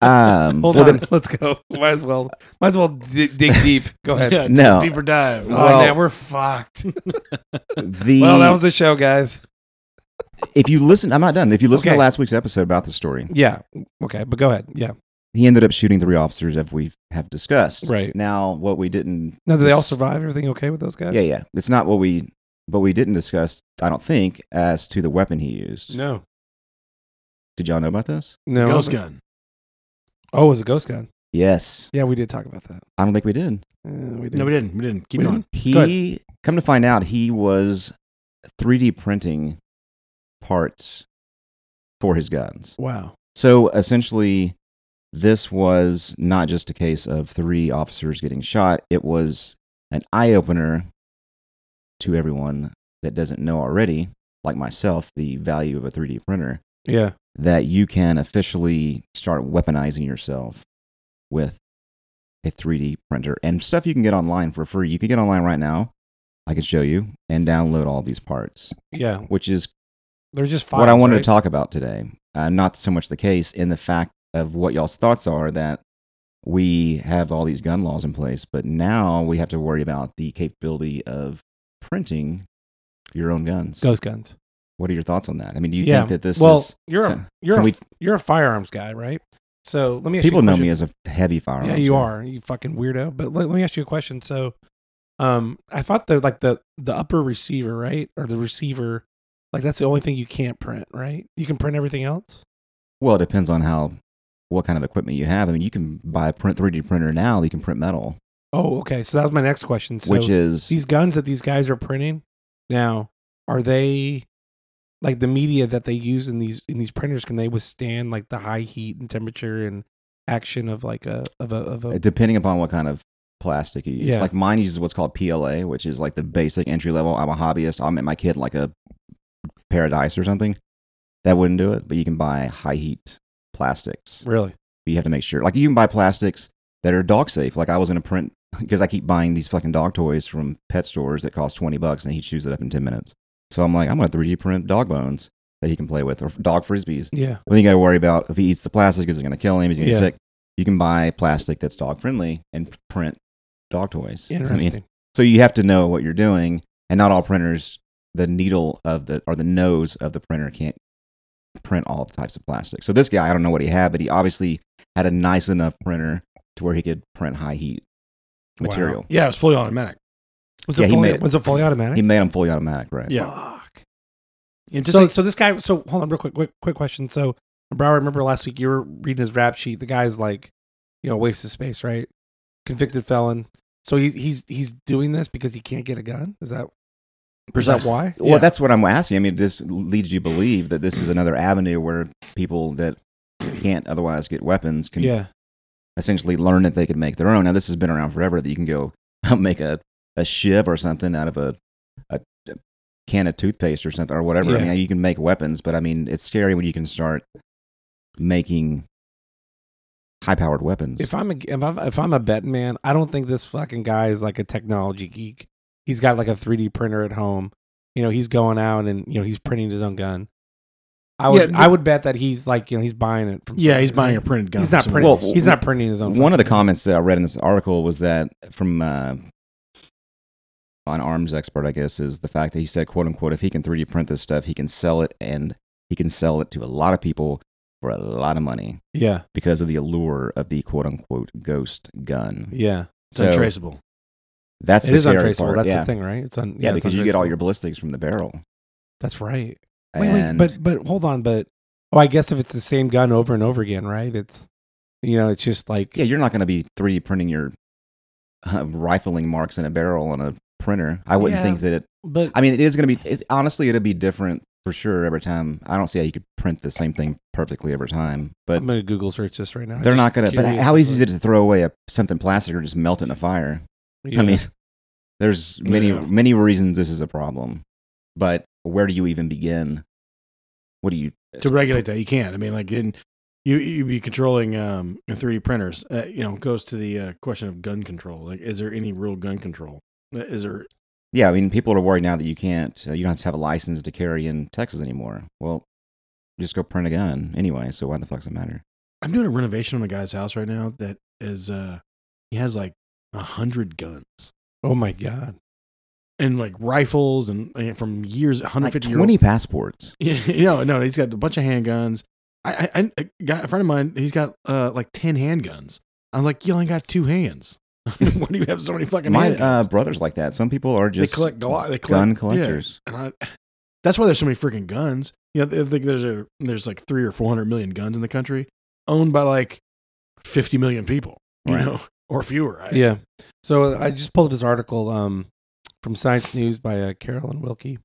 [SPEAKER 4] Um,
[SPEAKER 1] Hold
[SPEAKER 4] well,
[SPEAKER 1] on.
[SPEAKER 4] then-
[SPEAKER 1] Let's go. Might as well. Might as well di- dig deep. Go ahead.
[SPEAKER 3] Yeah,
[SPEAKER 4] No.
[SPEAKER 3] Deeper dive.
[SPEAKER 1] Oh
[SPEAKER 4] Well-
[SPEAKER 1] man, we're fucked.
[SPEAKER 4] the
[SPEAKER 1] Well, that was the show, guys.
[SPEAKER 4] if you listen, I'm not done. If you listen
[SPEAKER 1] Okay.
[SPEAKER 4] to last week's episode about the story,
[SPEAKER 1] Yeah. Okay, but go ahead. Yeah.
[SPEAKER 4] he ended up shooting three officers, as we have discussed.
[SPEAKER 1] Right.
[SPEAKER 4] Now, what we didn't.
[SPEAKER 1] No, did they all
[SPEAKER 4] dis-
[SPEAKER 1] survive? Everything okay with those guys?
[SPEAKER 4] Yeah, yeah. It's not what we, but we didn't discuss. I don't think as to the weapon he used.
[SPEAKER 1] No.
[SPEAKER 4] Did y'all know about this?
[SPEAKER 1] No.
[SPEAKER 3] Ghost gun.
[SPEAKER 1] Oh, it was a ghost gun.
[SPEAKER 4] Yes.
[SPEAKER 1] Yeah, we did talk about that.
[SPEAKER 4] I don't think we did.
[SPEAKER 1] Uh, we did.
[SPEAKER 3] No, we didn't. We didn't. Keep
[SPEAKER 1] We
[SPEAKER 3] going.
[SPEAKER 1] didn't? Go
[SPEAKER 4] He come to find out he was 3D printing parts for his guns.
[SPEAKER 1] Wow.
[SPEAKER 4] So essentially this was not just a case of three officers getting shot, it was an eye opener to everyone that doesn't know already, like myself, the value of a 3D printer
[SPEAKER 1] Yeah.
[SPEAKER 4] that you can officially start weaponizing yourself with a 3D printer and stuff you can get online for free. You can get online right now. I can show you and download all these parts,
[SPEAKER 1] Yeah.
[SPEAKER 4] which is
[SPEAKER 1] They're just files,
[SPEAKER 4] what I wanted
[SPEAKER 1] right?
[SPEAKER 4] to talk about today. Uh, not so much the case in the fact of what y'all's thoughts are that we have all these gun laws in place, but now we have to worry about the capability of printing your own guns.
[SPEAKER 1] Ghost guns.
[SPEAKER 4] What are your thoughts on that? I mean, do you
[SPEAKER 1] Yeah.
[SPEAKER 4] think that this
[SPEAKER 1] well,
[SPEAKER 4] is
[SPEAKER 1] you're
[SPEAKER 4] so-
[SPEAKER 1] a, you're
[SPEAKER 4] can
[SPEAKER 1] a,
[SPEAKER 4] we-
[SPEAKER 1] you're a firearms guy, right? So let me ask you
[SPEAKER 4] people
[SPEAKER 1] a
[SPEAKER 4] know
[SPEAKER 1] question.
[SPEAKER 4] me as a heavy firearms?
[SPEAKER 1] Yeah, you
[SPEAKER 4] guy.
[SPEAKER 1] are. You fucking weirdo. But let, let me ask you a question. So, um, I thought that like the the upper receiver, right, or the receiver, like that's the only thing you can't print, right? You can print everything else.
[SPEAKER 4] Well, it depends on how what kind of equipment you have. I mean, you can buy a print 3D printer now. You can print metal,
[SPEAKER 1] Oh, okay. So that was my next question. So
[SPEAKER 4] which is
[SPEAKER 1] these guns that these guys are printing now, are they like the media that they use in these in these printers? Can they withstand like the high heat and temperature and action of like a of a of a
[SPEAKER 4] depending upon what kind of plastic you use.
[SPEAKER 1] Yeah.
[SPEAKER 4] Like mine uses what's called PLA, which is like the basic entry level. I'm a hobbyist. I'll make my kid like a paradise or something. That wouldn't do it. But you can buy high heat plastics.
[SPEAKER 1] really?
[SPEAKER 4] But you have to make sure. Like you can buy plastics that are dog safe. Like I was going to print because I keep buying these fucking dog toys from pet stores that cost twenty bucks, and he chews it up in ten minutes. So I'm like, I'm going to 3D print dog bones that he can play with or dog frisbees.
[SPEAKER 1] Yeah.
[SPEAKER 4] Well, then you got to worry about if he eats the plastic, is it going to kill him? Is he going to
[SPEAKER 1] Yeah.
[SPEAKER 4] get sick? You can buy plastic that's dog friendly and p- print dog toys. I mean,
[SPEAKER 1] Interesting.
[SPEAKER 4] so you have to know what you're doing, and not all printers, the needle of the or the nose of the printer can't print all types of plastic. So this guy, I don't know what he had, but he obviously had a nice enough printer to where he could print high heat
[SPEAKER 1] Wow.
[SPEAKER 4] material.
[SPEAKER 3] Yeah, it was fully automatic.
[SPEAKER 1] was
[SPEAKER 4] yeah,
[SPEAKER 1] it
[SPEAKER 4] he
[SPEAKER 1] fully,
[SPEAKER 4] made it-
[SPEAKER 1] was it fully automatic?
[SPEAKER 4] He made them fully automatic, right?
[SPEAKER 3] Yeah.
[SPEAKER 1] Fuck.
[SPEAKER 3] And just
[SPEAKER 1] so,
[SPEAKER 3] like-
[SPEAKER 1] so this guy. So hold on, real quick, quick, quick question. So, Brower, I remember last week you were reading his rap sheet. The guy's like, you know, waste of space, right? Convicted felon. So he's he's he's doing this because he can't get a gun. Is that is that
[SPEAKER 3] Precisely.
[SPEAKER 1] why?
[SPEAKER 4] Well,
[SPEAKER 3] Yeah.
[SPEAKER 4] that's what I'm asking. I mean, this leads you to believe that this is another avenue where people that can't otherwise get weapons can
[SPEAKER 1] Yeah.
[SPEAKER 4] essentially learn that they could make their own. Now, this has been around forever that you can go make a, a shiv or something out of a, a can of toothpaste or something or whatever. I
[SPEAKER 1] Yeah.
[SPEAKER 4] mean, you can make weapons, but I mean, it's scary when you can start making high powered weapons.
[SPEAKER 1] If I'm a if I'm, if I'm a betting man, I don't think this fucking guy is like a technology geek. He's got like a 3D printer at home. You know, he's going out and you know he's printing his own gun. I would
[SPEAKER 3] Yeah,
[SPEAKER 1] I would bet that he's like you know he's buying it from.
[SPEAKER 3] yeah, he's
[SPEAKER 1] somebody,
[SPEAKER 3] buying
[SPEAKER 1] right?
[SPEAKER 3] a printed gun.
[SPEAKER 1] He's not
[SPEAKER 3] from
[SPEAKER 1] printing.
[SPEAKER 4] Well,
[SPEAKER 1] he's not printing his own.
[SPEAKER 4] One of the
[SPEAKER 1] fucking gun.
[SPEAKER 4] comments that I read in this article was that from uh, an arms expert, I guess, is the fact that he said, "quote unquote," if he can 3D print this stuff, he can sell it, and he can sell it to a lot of people for a lot of money
[SPEAKER 1] Yeah,
[SPEAKER 4] because of the allure of the quote unquote ghost gun.
[SPEAKER 1] yeah.
[SPEAKER 3] It's untraceable.
[SPEAKER 4] that's
[SPEAKER 1] It
[SPEAKER 4] the
[SPEAKER 1] is
[SPEAKER 4] scary
[SPEAKER 1] untraceable.
[SPEAKER 4] part.
[SPEAKER 1] That's
[SPEAKER 4] yeah.
[SPEAKER 1] the thing, right? It's un,
[SPEAKER 4] Yeah,
[SPEAKER 1] it's
[SPEAKER 4] because you get all
[SPEAKER 1] untraceable.
[SPEAKER 4] your ballistics from the barrel.
[SPEAKER 1] That's right. Wait, wait,
[SPEAKER 4] And
[SPEAKER 1] but but hold on, but oh, I guess if it's the same gun over and over again, right? It's you know, it's just like
[SPEAKER 4] yeah, you're not going to be 3D printing your uh, rifling marks in a barrel on a printer. I wouldn't
[SPEAKER 1] Yeah.
[SPEAKER 4] think that it
[SPEAKER 1] but
[SPEAKER 4] I mean, it is going to be it, honestly, it'll be different for sure every time. I don't see how you could print the same thing perfectly every time, but
[SPEAKER 1] I'm gonna Google search this right now.
[SPEAKER 4] they're
[SPEAKER 1] Just
[SPEAKER 4] not going to. But
[SPEAKER 1] curious
[SPEAKER 4] how
[SPEAKER 1] as
[SPEAKER 4] easy is
[SPEAKER 1] fuck.
[SPEAKER 4] it to throw away a, something plastic or just melt it in a fire?
[SPEAKER 1] Yeah.
[SPEAKER 4] I mean, there's many
[SPEAKER 3] Yeah.
[SPEAKER 4] many reasons this is a problem, but where do you even begin? What do you?
[SPEAKER 3] to regulate that you can't i mean like in you you'd be controlling um 3d printers uh, you know goes to the uh, question of gun control like is there any real gun control Uh, is there
[SPEAKER 4] Yeah, I mean, people are worried now that you can't. Uh, you don't have to have a license to carry in Texas anymore. Well, just go print a gun anyway. So why the fuck does it matter?
[SPEAKER 3] i'm doing a renovation on a guy's house right now that is uh he has like a hundred guns
[SPEAKER 1] oh my god,
[SPEAKER 3] and like rifles and, and from years 150
[SPEAKER 4] like
[SPEAKER 3] year old-
[SPEAKER 4] twenty passports.
[SPEAKER 3] Yeah, you know, no, he's got a bunch of handguns. I, I, I a guy, a friend of mine, he's got uh like ten handguns. I'm like, you only got two hands. Why do you have so many fucking?
[SPEAKER 4] My
[SPEAKER 3] handguns?
[SPEAKER 4] uh, brother's like that. Some people are just
[SPEAKER 3] they collect gla- they collect,
[SPEAKER 4] gun
[SPEAKER 3] yeah.
[SPEAKER 4] collectors.
[SPEAKER 3] and I, that's why there's so many freaking guns. You know, I think there's a there's like three or four hundred million guns in the country, owned by like fifty million people, you
[SPEAKER 4] Right.
[SPEAKER 3] know, or fewer. I,
[SPEAKER 1] yeah. So I just pulled up this article um, from Science News by uh, Carolyn Wilkie,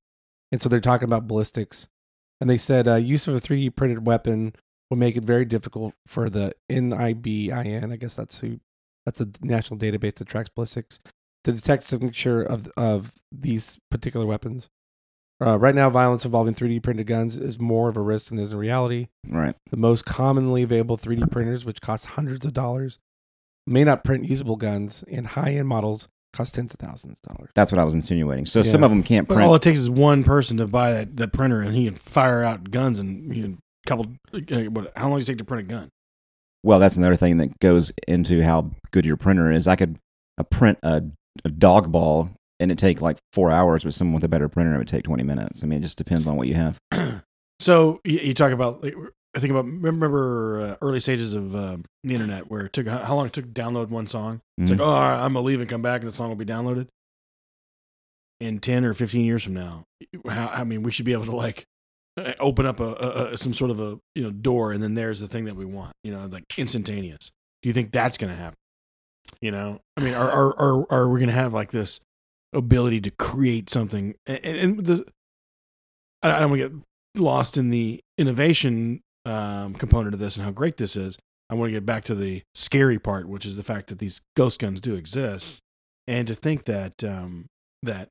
[SPEAKER 1] and so they're talking about ballistics, and they said uh, use of a 3D printed weapon will make it very difficult for the NIBIN. I guess that's who. That's a national database that tracks ballistics to detect signature of of these particular weapons. Uh, right now, violence involving 3D printed guns is more of a risk than is in reality.
[SPEAKER 4] Right.
[SPEAKER 1] The most commonly available 3D printers, which cost hundreds of dollars, may not print usable guns, and high end models cost tens of thousands of dollars.
[SPEAKER 4] That's what I was insinuating. So some
[SPEAKER 1] Yeah.
[SPEAKER 4] of them can't
[SPEAKER 3] but
[SPEAKER 4] print.
[SPEAKER 3] all it takes is one person to buy that, that printer, and he can fire out guns and you know, couple. Uh, what, how long does it take to print a gun?
[SPEAKER 4] well, that's another thing that goes into how good your printer is. I could uh, print a, a dog ball and it take like four hours with someone with a better printer. It would take twenty minutes. I mean, it just depends on what you have.
[SPEAKER 3] So you, you talk about, like, I think about remember uh, early stages of um, the internet where it took how how long it took to download one song. It's
[SPEAKER 4] Mhm.
[SPEAKER 3] like, oh, all right, I'm gonna leave and come back, and the song will be downloaded in ten or fifteen years from now. How, I mean, we should be able to like uh, open up a, a, a some sort of a you know door, and then there's the thing that we want. You know, like instantaneous. Do you think that's gonna happen? You know, I mean, are are are, are we gonna have like this ability to create something? And, and the I I don't want to get lost in the innovation um, component of this and how great this is. I want to get back to the scary part, which is the fact that these ghost guns do exist, and to think that um, that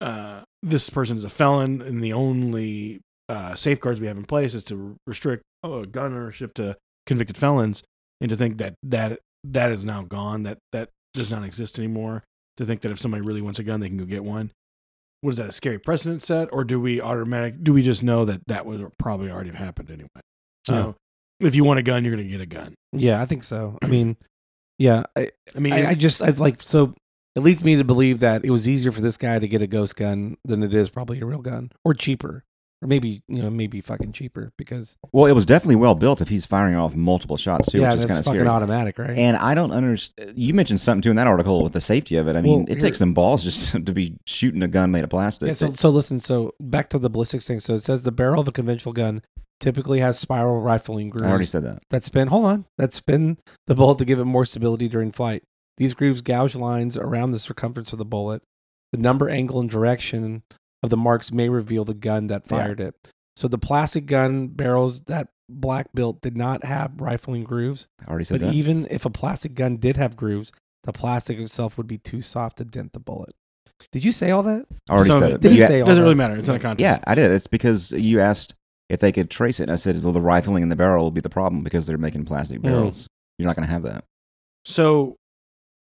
[SPEAKER 3] uh, this person is a felon, and the only uh, safeguards we have in place is to restrict uh, gun ownership to convicted felons, and to think that that that is now gone, that that does not exist anymore. To think that if somebody really wants a gun, they can go get one. What is that a scary precedent set, or do we automatic? Do we just know that that would probably already have happened anyway? So, if you want a gun, you're going to get a gun.
[SPEAKER 1] Yeah, I think so. I mean, yeah, I,
[SPEAKER 3] I mean,
[SPEAKER 1] I,
[SPEAKER 3] is-
[SPEAKER 1] I just I'd like so it leads me to believe that it was easier for this guy to get a ghost gun than it is probably a real gun or cheaper or maybe you know maybe fucking cheaper because
[SPEAKER 4] Well, it was definitely well built if he's firing off multiple shots too,
[SPEAKER 1] yeah
[SPEAKER 4] which is
[SPEAKER 1] that's
[SPEAKER 4] kind of
[SPEAKER 1] fucking
[SPEAKER 4] scary.
[SPEAKER 1] automatic right
[SPEAKER 4] And I don't understand. You mentioned something too in that article with the safety of it. I mean,
[SPEAKER 1] Well,
[SPEAKER 4] it takes some balls just to be shooting a gun made of plastic.
[SPEAKER 1] yeah, so, so listen so back to the ballistics thing so it says the barrel of a conventional gun typically has spiral rifling grooves
[SPEAKER 4] I already said that.
[SPEAKER 1] that spin hold on that spin the bullet to give it more stability during flight these grooves gouge lines around the circumference of the bullet the number angle and direction of the marks may reveal the gun that
[SPEAKER 4] Yeah.
[SPEAKER 1] fired it so the plastic gun barrels that black built did not have rifling grooves
[SPEAKER 4] I already said
[SPEAKER 1] but
[SPEAKER 4] that.
[SPEAKER 1] even if a plastic gun did have grooves the plastic itself would be too soft to dent the bullet did you say all that
[SPEAKER 4] I already
[SPEAKER 3] some of
[SPEAKER 4] said
[SPEAKER 3] it,
[SPEAKER 4] it.
[SPEAKER 1] Did
[SPEAKER 3] but
[SPEAKER 1] he
[SPEAKER 4] You a-
[SPEAKER 1] say
[SPEAKER 3] it
[SPEAKER 1] all
[SPEAKER 3] doesn't
[SPEAKER 1] that?
[SPEAKER 3] really matter. It's not a
[SPEAKER 4] Yeah,
[SPEAKER 3] contest.
[SPEAKER 4] I did. It's because you asked if they could trace it, and I said, well, the rifling in the barrel will be the problem because they're making
[SPEAKER 3] Hmm.
[SPEAKER 4] plastic barrels. You're not going to have that.
[SPEAKER 3] So,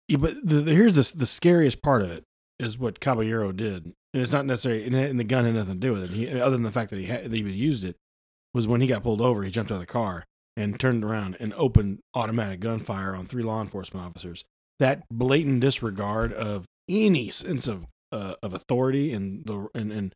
[SPEAKER 3] yeah, but the, the- here's the the scariest part of it is what Caballero did, and it's not necessarily and, and the gun had nothing to do with it. He, other than the fact that he had, that he used it was when he got pulled over, he jumped out of the car and turned around and opened automatic gunfire on three law enforcement officers. That blatant disregard of any sense of uh, of authority and the and, and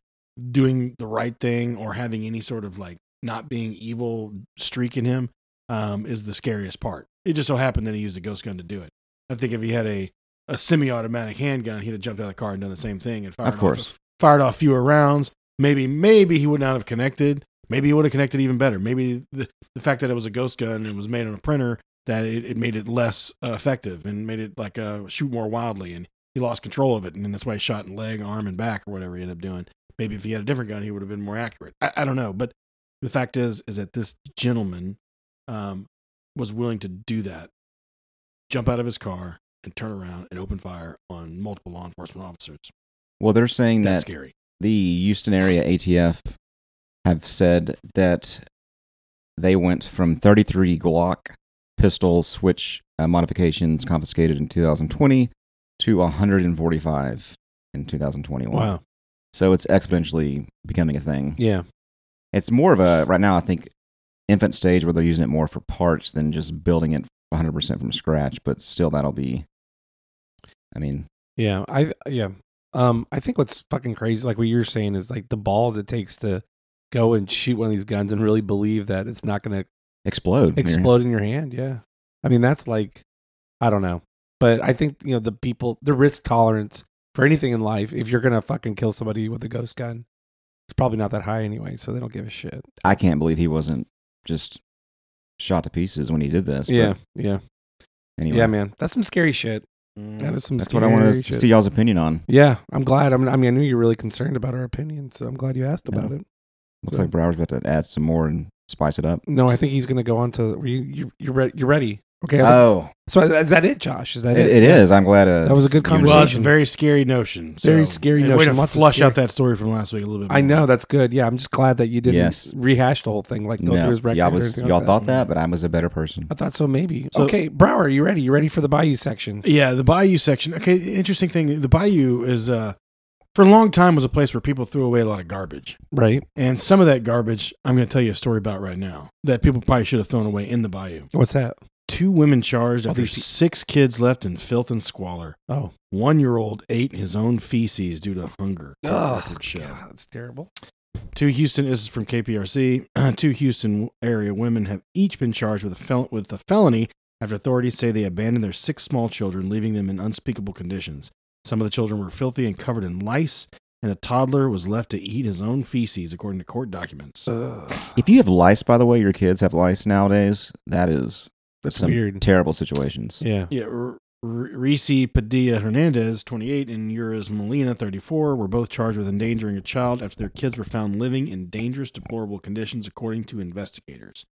[SPEAKER 3] doing the right thing or having any sort of like not being evil streak in him um, is the scariest part. It just so happened that he used a ghost gun to do it. I think if he had a, a semi-automatic handgun, he'd have jumped out of the car and done the same thing and fired
[SPEAKER 4] Of course.
[SPEAKER 3] off, fired off fewer rounds. Maybe maybe he would not have connected. Maybe he would have connected even better. Maybe the, the fact that it was a ghost gun and it was made on a printer that it, it made it less uh, effective and made it like uh, shoot more wildly and he lost control of it and then that's why he shot in leg, arm, and back or whatever he ended up doing. Maybe if he had a different gun, he would have been more accurate. I, I don't know, but the fact is is that this gentleman um, was willing to do that, jump out of his car and turn around and open fire on multiple law enforcement officers.
[SPEAKER 4] Well, they're saying
[SPEAKER 3] That's
[SPEAKER 4] that
[SPEAKER 3] scary.
[SPEAKER 4] the Houston area ATF have said that they went from 33 Glock pistol switch uh, modifications confiscated in 2020 to 145 in 2021. So it's exponentially becoming a thing.
[SPEAKER 1] yeah
[SPEAKER 4] It's more of a right now I think infant stage where they're using it more for parts than just building it 100% from scratch, but still that'll be I mean,
[SPEAKER 1] Yeah, I yeah. Um, I think what's fucking crazy, like what you're saying, is like the balls it takes to go and shoot one of these guns and really believe that it's not going to
[SPEAKER 4] explode.
[SPEAKER 1] explode in your hand. Yeah, I mean that's like, I don't know, but I think you know the people, the risk tolerance for anything in life. If you're going to fucking kill somebody with a ghost gun, it's probably not that high anyway, so they don't give a shit.
[SPEAKER 4] I can't believe he wasn't just shot to pieces when he did this. but
[SPEAKER 1] yeah, yeah,
[SPEAKER 4] Anyway, Mm.
[SPEAKER 1] yeah, man. That's some scary shit. That is some.
[SPEAKER 4] that's what
[SPEAKER 1] scary
[SPEAKER 4] I want to
[SPEAKER 1] shit.
[SPEAKER 4] see y'all's opinion on.
[SPEAKER 1] Yeah, I'm glad. I'm, I mean, I knew you were really concerned about our opinion, so I'm glad you asked
[SPEAKER 4] Yeah.
[SPEAKER 1] about it.
[SPEAKER 4] Looks
[SPEAKER 1] So-
[SPEAKER 4] like Brower's about to add some more and spice it up.
[SPEAKER 1] No, I think he's going to go on to you. you you're, re- you're ready. Okay.
[SPEAKER 4] Oh,
[SPEAKER 1] so is that it, Josh? Is that
[SPEAKER 4] it,
[SPEAKER 1] it?
[SPEAKER 4] it is. I'm glad. Uh,
[SPEAKER 1] That was a good
[SPEAKER 4] Well,
[SPEAKER 3] Well, it's a
[SPEAKER 1] conversation.
[SPEAKER 3] very scary notion. So
[SPEAKER 1] Very scary
[SPEAKER 3] Way
[SPEAKER 1] notion.
[SPEAKER 3] to
[SPEAKER 1] Lots of
[SPEAKER 3] flush
[SPEAKER 1] scary-
[SPEAKER 3] out that story from last week a little bit.
[SPEAKER 1] I
[SPEAKER 3] more.
[SPEAKER 1] know that's good. Yeah, I'm just glad that you didn't
[SPEAKER 4] Yes.
[SPEAKER 1] rehash the whole thing, like go
[SPEAKER 4] no,
[SPEAKER 1] through his record.
[SPEAKER 4] y'all
[SPEAKER 1] or
[SPEAKER 4] was
[SPEAKER 1] anything like
[SPEAKER 4] y'all
[SPEAKER 1] that.
[SPEAKER 4] thought that, but I was a better person.
[SPEAKER 1] I thought so. Maybe.
[SPEAKER 3] So-
[SPEAKER 1] okay, Brower, you ready? You ready for the Bayou section?
[SPEAKER 3] Yeah, the Bayou section. Okay, interesting thing. The Bayou is uh, for a long time was a place where people threw away a lot of garbage,
[SPEAKER 1] Right.
[SPEAKER 3] and some of that garbage I'm going to tell you a story about right now that people probably should have thrown away in the Bayou.
[SPEAKER 1] What's that?
[SPEAKER 3] two women charged
[SPEAKER 1] All
[SPEAKER 3] after
[SPEAKER 1] these pe-
[SPEAKER 3] six kids left in filth and squalor.
[SPEAKER 1] Oh.
[SPEAKER 3] One year old ate his own feces due to hunger.
[SPEAKER 1] Oh,
[SPEAKER 3] Record show.
[SPEAKER 1] God, that's terrible.
[SPEAKER 3] Two Houston this is from KPRC. two Houston area women have each been charged with a fel- with a felony after authorities say they abandoned their six small children, leaving them in unspeakable conditions. Some of the children were filthy and covered in lice, and a toddler was left to eat his own feces, according to court documents.
[SPEAKER 4] If you have lice, by the way, your kids have lice nowadays. That is
[SPEAKER 1] That's
[SPEAKER 4] some
[SPEAKER 1] weird.
[SPEAKER 4] terrible situations.
[SPEAKER 1] yeah.
[SPEAKER 3] Yeah, R- R- Reese Padilla Hernandez, 28, and Yuris Molina, 34, were both charged with endangering a child after their kids were found living in dangerous, deplorable conditions, according to investigators.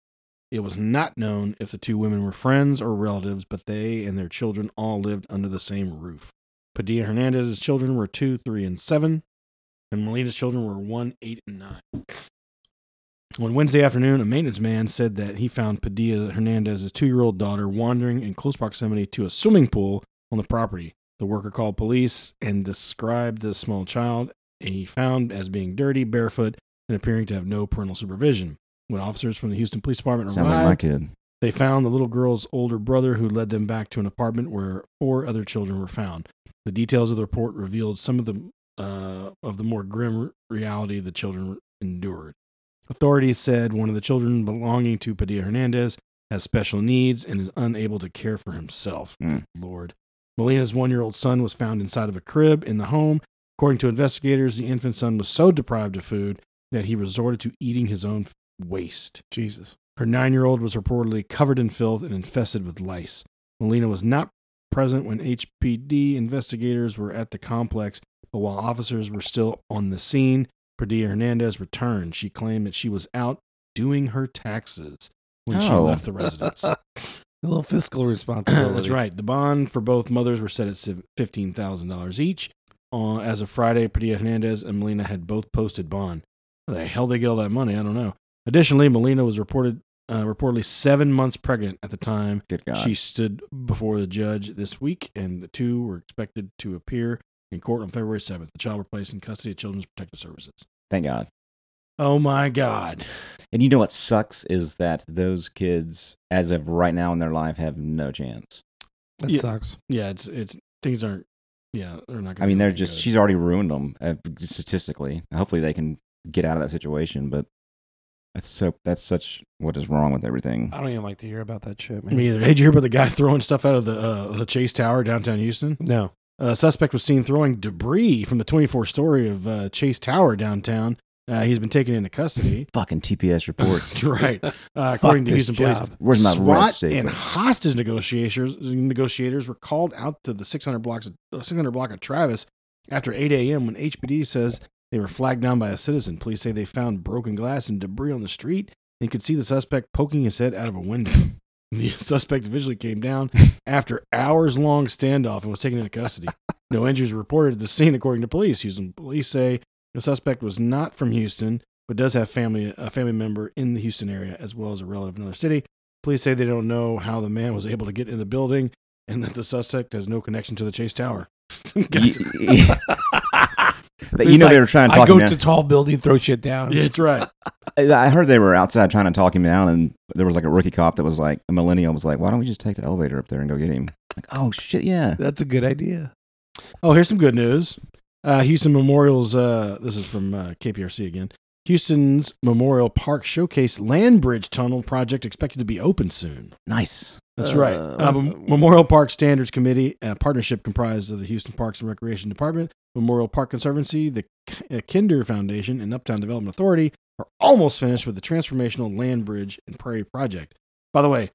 [SPEAKER 3] It was not known if the two women were friends or relatives, but they and their children all lived under the same roof. Padilla Hernandez's children were two, three, and seven, and Molina's children were one, eight, and nine. On Wednesday afternoon, a maintenance man said that he found Padilla Hernandez's two year old daughter wandering in close proximity to a swimming pool on the property. The worker called police and described the small child he found as being dirty, barefoot, and appearing to have no parental supervision. When officers from the Houston Police Department
[SPEAKER 4] Sounds like
[SPEAKER 3] arrived,
[SPEAKER 4] my kid.
[SPEAKER 3] they found the little girl's older brother who led them back to an apartment where four other children were found. The details of the report revealed some of the uh, of the more grim reality the children endured. Authorities said one of the children belonging to Padilla Hernandez has special needs and is unable to care for himself.
[SPEAKER 4] Mm.
[SPEAKER 3] Lord. Molina's one year old son was found inside of a crib in the home. According to investigators, the infant son was so deprived of food that he resorted to eating his own waste.
[SPEAKER 1] Jesus.
[SPEAKER 3] Her nine year old was reportedly covered in filth and infested with lice. Molina was not present when HPD investigators were at the complex, but while officers were still on the scene, Padilla Hernandez returned. She claimed that she was out doing her taxes when she
[SPEAKER 4] Oh.
[SPEAKER 3] left the residence.
[SPEAKER 1] a little fiscal responsibility.
[SPEAKER 3] That's right. The bond for both mothers were set at si- $15,000 each. Uh, as of Friday, Padilla Hernandez and Molina had both posted bond. Where the hell they get all that money? I don't know. Additionally, Molina was reported uh, reportedly seven months pregnant at the time
[SPEAKER 4] Good God.
[SPEAKER 3] she stood before the judge this week, and the two were expected to appear in court on February 7th. The child were placed in custody of Children's Protective Services.
[SPEAKER 4] Thank God.
[SPEAKER 3] Oh my God.
[SPEAKER 4] And you know what sucks is that those kids, as of right now in their life, have no chance.
[SPEAKER 1] That
[SPEAKER 3] Yeah.
[SPEAKER 1] sucks.
[SPEAKER 3] Yeah, it's it's things aren't. Yeah, they're not. Gonna
[SPEAKER 4] I mean,
[SPEAKER 3] be
[SPEAKER 1] Oh
[SPEAKER 4] they're
[SPEAKER 3] very
[SPEAKER 4] just,
[SPEAKER 3] good.
[SPEAKER 4] she's already ruined them uh, statistically. Hopefully they can get out of that situation, but that's so, that's such what is wrong with everything.
[SPEAKER 1] I don't even like to hear about that shit, man.
[SPEAKER 3] Me either. Hey, did you hear about the guy throwing stuff out of the uh, the Chase Tower downtown Houston?
[SPEAKER 1] No.
[SPEAKER 3] A suspect was seen throwing debris from the 24 story of uh, Chase Tower downtown. Uh, he's been taken into custody.
[SPEAKER 4] Fucking TPS reports.
[SPEAKER 3] right, uh, according to
[SPEAKER 1] this
[SPEAKER 3] Houston police.
[SPEAKER 1] job.
[SPEAKER 4] Where's my red
[SPEAKER 3] SWAT
[SPEAKER 4] state?
[SPEAKER 3] and hostage negotiators negotiators were called out to the 600 blocks of, uh, 600 block of Travis after 8 a.m. when HPD says they were flagged down by a citizen. Police say they found broken glass and debris on the street and could see the suspect poking his head out of a window. the suspect eventually came down after hours long standoff and was taken into custody. No injuries were reported at the scene, according to police. Houston police say the suspect was not from Houston, but does have family a family member in the Houston area as well as a relative in another city. Police say they don't know how the man was able to get in the building and that the suspect has no connection to the Chase Tower.
[SPEAKER 4] you, you know
[SPEAKER 1] like,
[SPEAKER 4] they were trying to
[SPEAKER 1] I
[SPEAKER 4] talk
[SPEAKER 1] go
[SPEAKER 4] him down.
[SPEAKER 1] to tall building, throw shit down.
[SPEAKER 3] Yeah, That's right.
[SPEAKER 4] I heard they were outside trying to talk him down, and there was like a rookie cop that was like a millennial was like, "Why don't we just take the elevator up there and go get him?" Like, oh shit, yeah.
[SPEAKER 1] That's a good idea.
[SPEAKER 3] Oh, here's some good news. Uh, Houston Memorial's, uh, this is from uh, KPRC again. Houston's Memorial Park Showcase Land Bridge Tunnel project expected to be open soon.
[SPEAKER 4] Nice.
[SPEAKER 3] That's
[SPEAKER 1] Uh,
[SPEAKER 3] right.
[SPEAKER 1] what's
[SPEAKER 3] Um,
[SPEAKER 1] that?
[SPEAKER 3] Memorial Park Standards Committee, a partnership comprised of the Houston Parks and Recreation Department, Memorial Park Conservancy, the K- uh, Kinder Foundation, and Uptown Development Authority, are almost finished with the transformational land bridge and prairie project. By the way,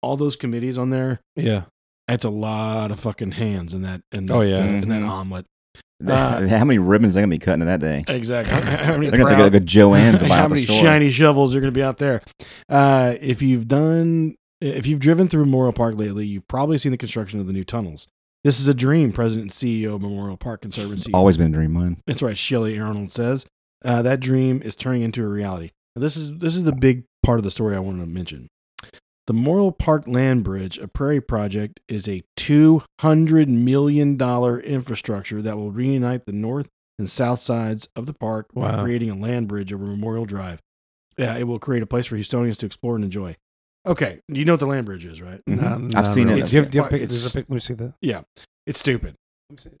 [SPEAKER 3] all those committees on there,
[SPEAKER 1] Yeah.
[SPEAKER 3] that's a lot of fucking hands in that in that,
[SPEAKER 1] Oh, yeah.
[SPEAKER 3] uh, in that
[SPEAKER 4] Mhm.
[SPEAKER 3] omelet. Uh,
[SPEAKER 4] How many ribbons they gonna be cutting in that day?
[SPEAKER 3] Exactly. How many
[SPEAKER 4] They're gonna have to
[SPEAKER 3] proud-
[SPEAKER 4] go to Joanne's and buy
[SPEAKER 3] how
[SPEAKER 4] out the
[SPEAKER 3] many
[SPEAKER 4] store.
[SPEAKER 3] shiny shovels are going to be out there? Uh, if you've done, if you've driven through Memorial Park lately, you've probably seen the construction of the new tunnels. This is a dream, President and CEO of Memorial Park E Conservancy.
[SPEAKER 4] Always been a dream of mine.
[SPEAKER 3] That's right, Shelley Arnold says uh, that dream is turning into a reality. Now, this is this is the big part of the story I wanted to mention. The Memorial Park Land Bridge, a prairie project, is a two hundred million dollar infrastructure that will reunite the north and south sides of the park by
[SPEAKER 1] Wow.
[SPEAKER 3] creating a land bridge over Memorial Drive. Yeah, it will create a place for Houstonians to explore and enjoy. Okay, you know what the land bridge is, right?
[SPEAKER 4] Mhm.
[SPEAKER 1] No, no,
[SPEAKER 4] I've seen
[SPEAKER 1] really.
[SPEAKER 4] it.
[SPEAKER 1] Do you have, do you have a pic-
[SPEAKER 3] Mm-hmm. It's-
[SPEAKER 1] there's a pic- Let me see that.
[SPEAKER 3] It's stupid.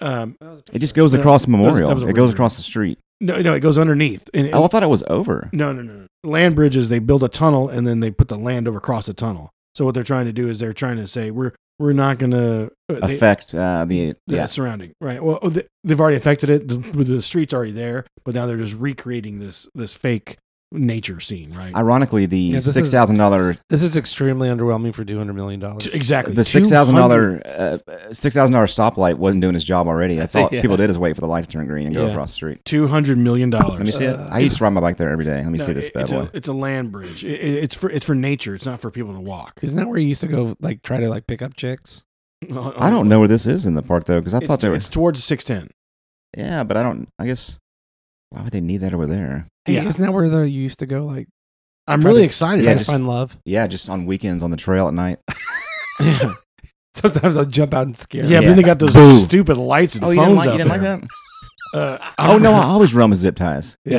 [SPEAKER 3] Um,
[SPEAKER 4] It just goes
[SPEAKER 3] That-
[SPEAKER 4] across
[SPEAKER 3] was-
[SPEAKER 4] Memorial.
[SPEAKER 3] that was a
[SPEAKER 4] it
[SPEAKER 3] weird
[SPEAKER 4] goes
[SPEAKER 3] thing.
[SPEAKER 4] across the street.
[SPEAKER 3] no, no, it goes underneath. And it-
[SPEAKER 4] Oh, I thought it was over.
[SPEAKER 3] No, no, no. no. Land bridges, they build a tunnel and then they put the land over across the tunnel. So what they're trying to do is they're trying to say we're we're not going to affect
[SPEAKER 4] Affect uh, the
[SPEAKER 3] the
[SPEAKER 4] yeah.
[SPEAKER 3] surrounding, right? Well, they, they've already affected it. The, the street's already there, but now they're just recreating this this fake nature scene, right?
[SPEAKER 4] Ironically, the
[SPEAKER 1] Yeah, this is-
[SPEAKER 4] six thousand dollar
[SPEAKER 1] This is extremely underwhelming for two hundred million dollars.
[SPEAKER 3] T- exactly.
[SPEAKER 4] the six thousand dollar uh,
[SPEAKER 3] 200
[SPEAKER 4] six thousand dollar stoplight wasn't doing its job already. That's all
[SPEAKER 3] Yeah.
[SPEAKER 4] people did is wait for the light to turn green and go
[SPEAKER 3] Yeah.
[SPEAKER 4] across the street.
[SPEAKER 3] 200 million dollars.
[SPEAKER 4] Let me see
[SPEAKER 1] Uh,
[SPEAKER 4] it. I used to ride my bike there every day. Let me
[SPEAKER 3] No,
[SPEAKER 4] see this
[SPEAKER 3] it-
[SPEAKER 4] bad
[SPEAKER 3] it's
[SPEAKER 4] boy.
[SPEAKER 3] A, it's a land bridge. It- it- it's for it's for nature. It's not for people to walk.
[SPEAKER 1] Isn't that where you used to go, like try to like pick up chicks? Oh,
[SPEAKER 4] I don't know where this is in the park though, because I
[SPEAKER 3] It's,
[SPEAKER 4] thought there was.
[SPEAKER 3] it's towards the 610.
[SPEAKER 4] Yeah, but I don't. I guess why would they need that over there?
[SPEAKER 1] Hey,
[SPEAKER 3] Yeah.
[SPEAKER 1] isn't that where the, you used to go, like
[SPEAKER 3] I'm
[SPEAKER 1] Try
[SPEAKER 3] really
[SPEAKER 1] to-
[SPEAKER 3] excited.
[SPEAKER 4] Yeah,
[SPEAKER 1] try to
[SPEAKER 4] just-
[SPEAKER 1] find love?
[SPEAKER 4] Yeah, just on weekends on the trail at night.
[SPEAKER 3] yeah.
[SPEAKER 1] Sometimes I'll jump out and scare.
[SPEAKER 3] Yeah,
[SPEAKER 1] her.
[SPEAKER 3] but then they got those
[SPEAKER 4] Boo.
[SPEAKER 3] stupid lights and
[SPEAKER 4] Oh, you didn't
[SPEAKER 3] phones
[SPEAKER 4] like,
[SPEAKER 3] out
[SPEAKER 4] you didn't like
[SPEAKER 3] there.
[SPEAKER 4] that?
[SPEAKER 3] Uh,
[SPEAKER 4] Oh
[SPEAKER 3] I'm-
[SPEAKER 4] no, I always run with zip ties.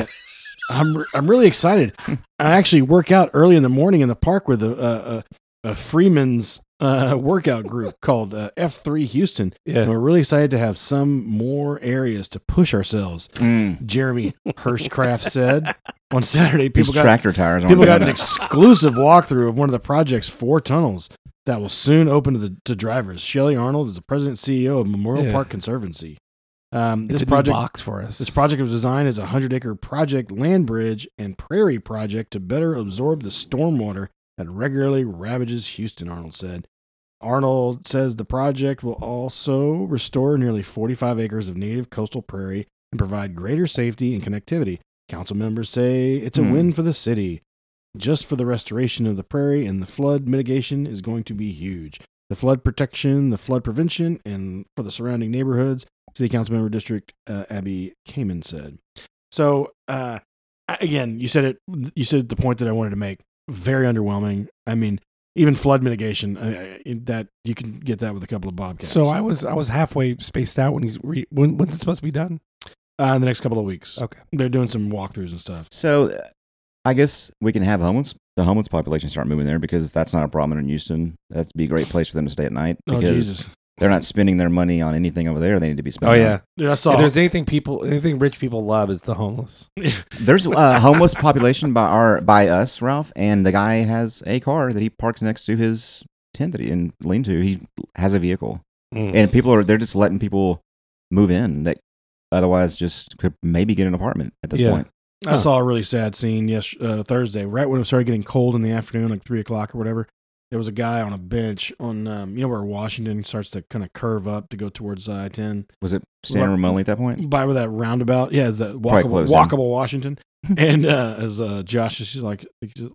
[SPEAKER 3] I'm re- I'm really excited. I actually work out early in the morning in the park with a a, a, a Freeman's uh, workout group called uh, F3 Houston. And
[SPEAKER 1] yeah.
[SPEAKER 3] we're really excited to have some more areas to push ourselves.
[SPEAKER 4] Mm.
[SPEAKER 3] Jeremy Hirschcraft said on Saturday,
[SPEAKER 4] These
[SPEAKER 3] people got
[SPEAKER 4] tractor tires. aren't
[SPEAKER 3] people
[SPEAKER 4] doing
[SPEAKER 3] got an
[SPEAKER 4] it.
[SPEAKER 3] exclusive walkthrough of one of the project's four tunnels that will soon open to the to drivers. Shelley Arnold is the president and CEO of Memorial
[SPEAKER 1] Yeah.
[SPEAKER 3] Park Conservancy. Um,
[SPEAKER 1] It's
[SPEAKER 3] this
[SPEAKER 1] a new
[SPEAKER 3] project
[SPEAKER 1] box for us.
[SPEAKER 3] this project was designed as a 100 acre project land bridge and prairie project to better absorb the stormwater that regularly ravages Houston, Arnold said. Arnold says the project will also restore nearly 45 acres of native coastal prairie and provide greater safety and connectivity. Council members say it's a
[SPEAKER 4] Hmm.
[SPEAKER 3] win for the city. Just for the restoration of the prairie and the flood mitigation is going to be huge. The flood protection, the flood prevention, and for the surrounding neighborhoods City Council Member District uh, Abby Kamen said. So uh, I- again, you said it. You said the point that I wanted to make. Very underwhelming. I mean, even flood mitigation uh, that you can get that with a couple of bobcats.
[SPEAKER 1] So I was I was halfway spaced out when he's re- when when's it supposed to be done?
[SPEAKER 3] uh, in the next couple of weeks,
[SPEAKER 1] Okay.
[SPEAKER 3] they're doing some walkthroughs and stuff.
[SPEAKER 4] So, uh, I guess we can have homeless the homeless population start moving there because that's not a problem in Houston. That'd be a great place for them to stay at night
[SPEAKER 3] Oh
[SPEAKER 4] because
[SPEAKER 3] Jesus! Oh,
[SPEAKER 4] they're not spending their money on anything over there. They need to be spending. on-
[SPEAKER 3] Dude, I saw.
[SPEAKER 1] If there's anything people anything rich people love is the homeless.
[SPEAKER 4] there's a homeless population by our by us, Ralph, and the guy has a car that he parks next to his tent that he and lean to. He has a vehicle,
[SPEAKER 1] Hmm.
[SPEAKER 4] and people are they're just letting people move in that otherwise just could maybe get an apartment at this
[SPEAKER 1] Yeah.
[SPEAKER 4] point.
[SPEAKER 3] I saw a really sad scene yes uh, Thursday, right when it started getting cold in the afternoon, like three o'clock or whatever. There was a guy on a bench on um, you know where Washington starts to kind of curve up to go towards uh, I ten.
[SPEAKER 4] Was it standing
[SPEAKER 3] Well-
[SPEAKER 4] room only at that point?
[SPEAKER 3] by where that roundabout. Yeah, is that walkable,
[SPEAKER 4] closed then.
[SPEAKER 3] walkable Washington, and uh, as uh, Josh is like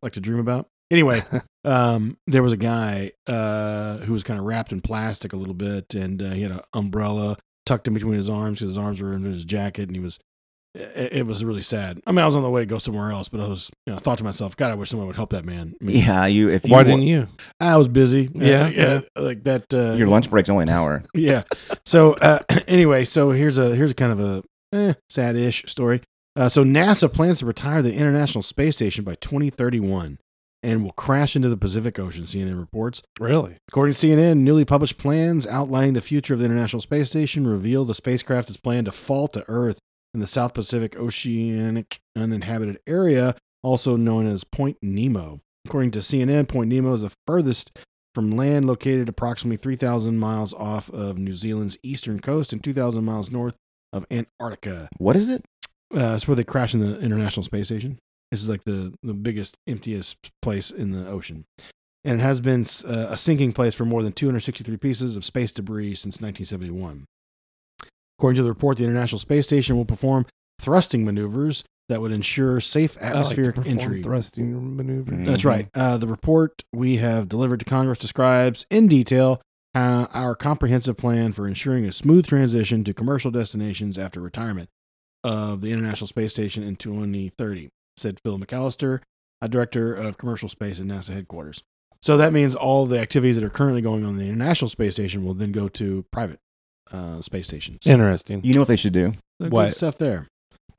[SPEAKER 3] like to dream about. Anyway, um, there was a guy uh, who was kind of wrapped in plastic a little bit, and uh, he had an umbrella tucked in between his arms because his arms were in his jacket, and he was. It, it was really sad. I mean, I was on the way to go somewhere else, but I was. You know, I thought to myself, God, I wish someone would help that man. I mean,
[SPEAKER 4] Yeah, you if you
[SPEAKER 1] Why
[SPEAKER 4] wa-
[SPEAKER 1] didn't you?
[SPEAKER 3] I was busy.
[SPEAKER 1] Yeah.
[SPEAKER 3] Uh, like that. Uh,
[SPEAKER 4] your lunch break's only an hour.
[SPEAKER 3] yeah. So uh, anyway, so here's a here's a kind of a eh, sad-ish story. Uh, so NASA plans to retire the International Space Station by 2031 and will crash into the Pacific Ocean. CNN reports.
[SPEAKER 1] Really?
[SPEAKER 3] According to CNN, newly published plans outlining the future of the International Space Station reveal the spacecraft is planned to fall to Earth in the South Pacific Oceanic Uninhabited Area, also known as Point Nemo. According to CNN, Point Nemo is the furthest from land, located approximately 3,000 miles off of New Zealand's eastern coast and 2,000 miles north of Antarctica.
[SPEAKER 4] What is it?
[SPEAKER 3] Uh, that's where they crash in the International Space Station. This is like the, the biggest, emptiest place in the ocean. And it has been uh, a sinking place for more than 263 pieces of space debris since 1971. According to the report, the International Space Station will perform thrusting maneuvers that would ensure safe atmospheric entry.
[SPEAKER 1] thrusting maneuvers.
[SPEAKER 3] That's right. Uh, the report we have delivered to Congress describes in detail uh, our comprehensive plan for ensuring a smooth transition to commercial destinations after retirement of the International Space Station in 2030, said Phil McAllister, a director of commercial space at NASA headquarters. So that means all the activities that are currently going on in the International Space Station will then go to private uh, space stations.
[SPEAKER 1] Interesting.
[SPEAKER 4] You know what they should do?
[SPEAKER 3] So good
[SPEAKER 1] What?
[SPEAKER 3] stuff there?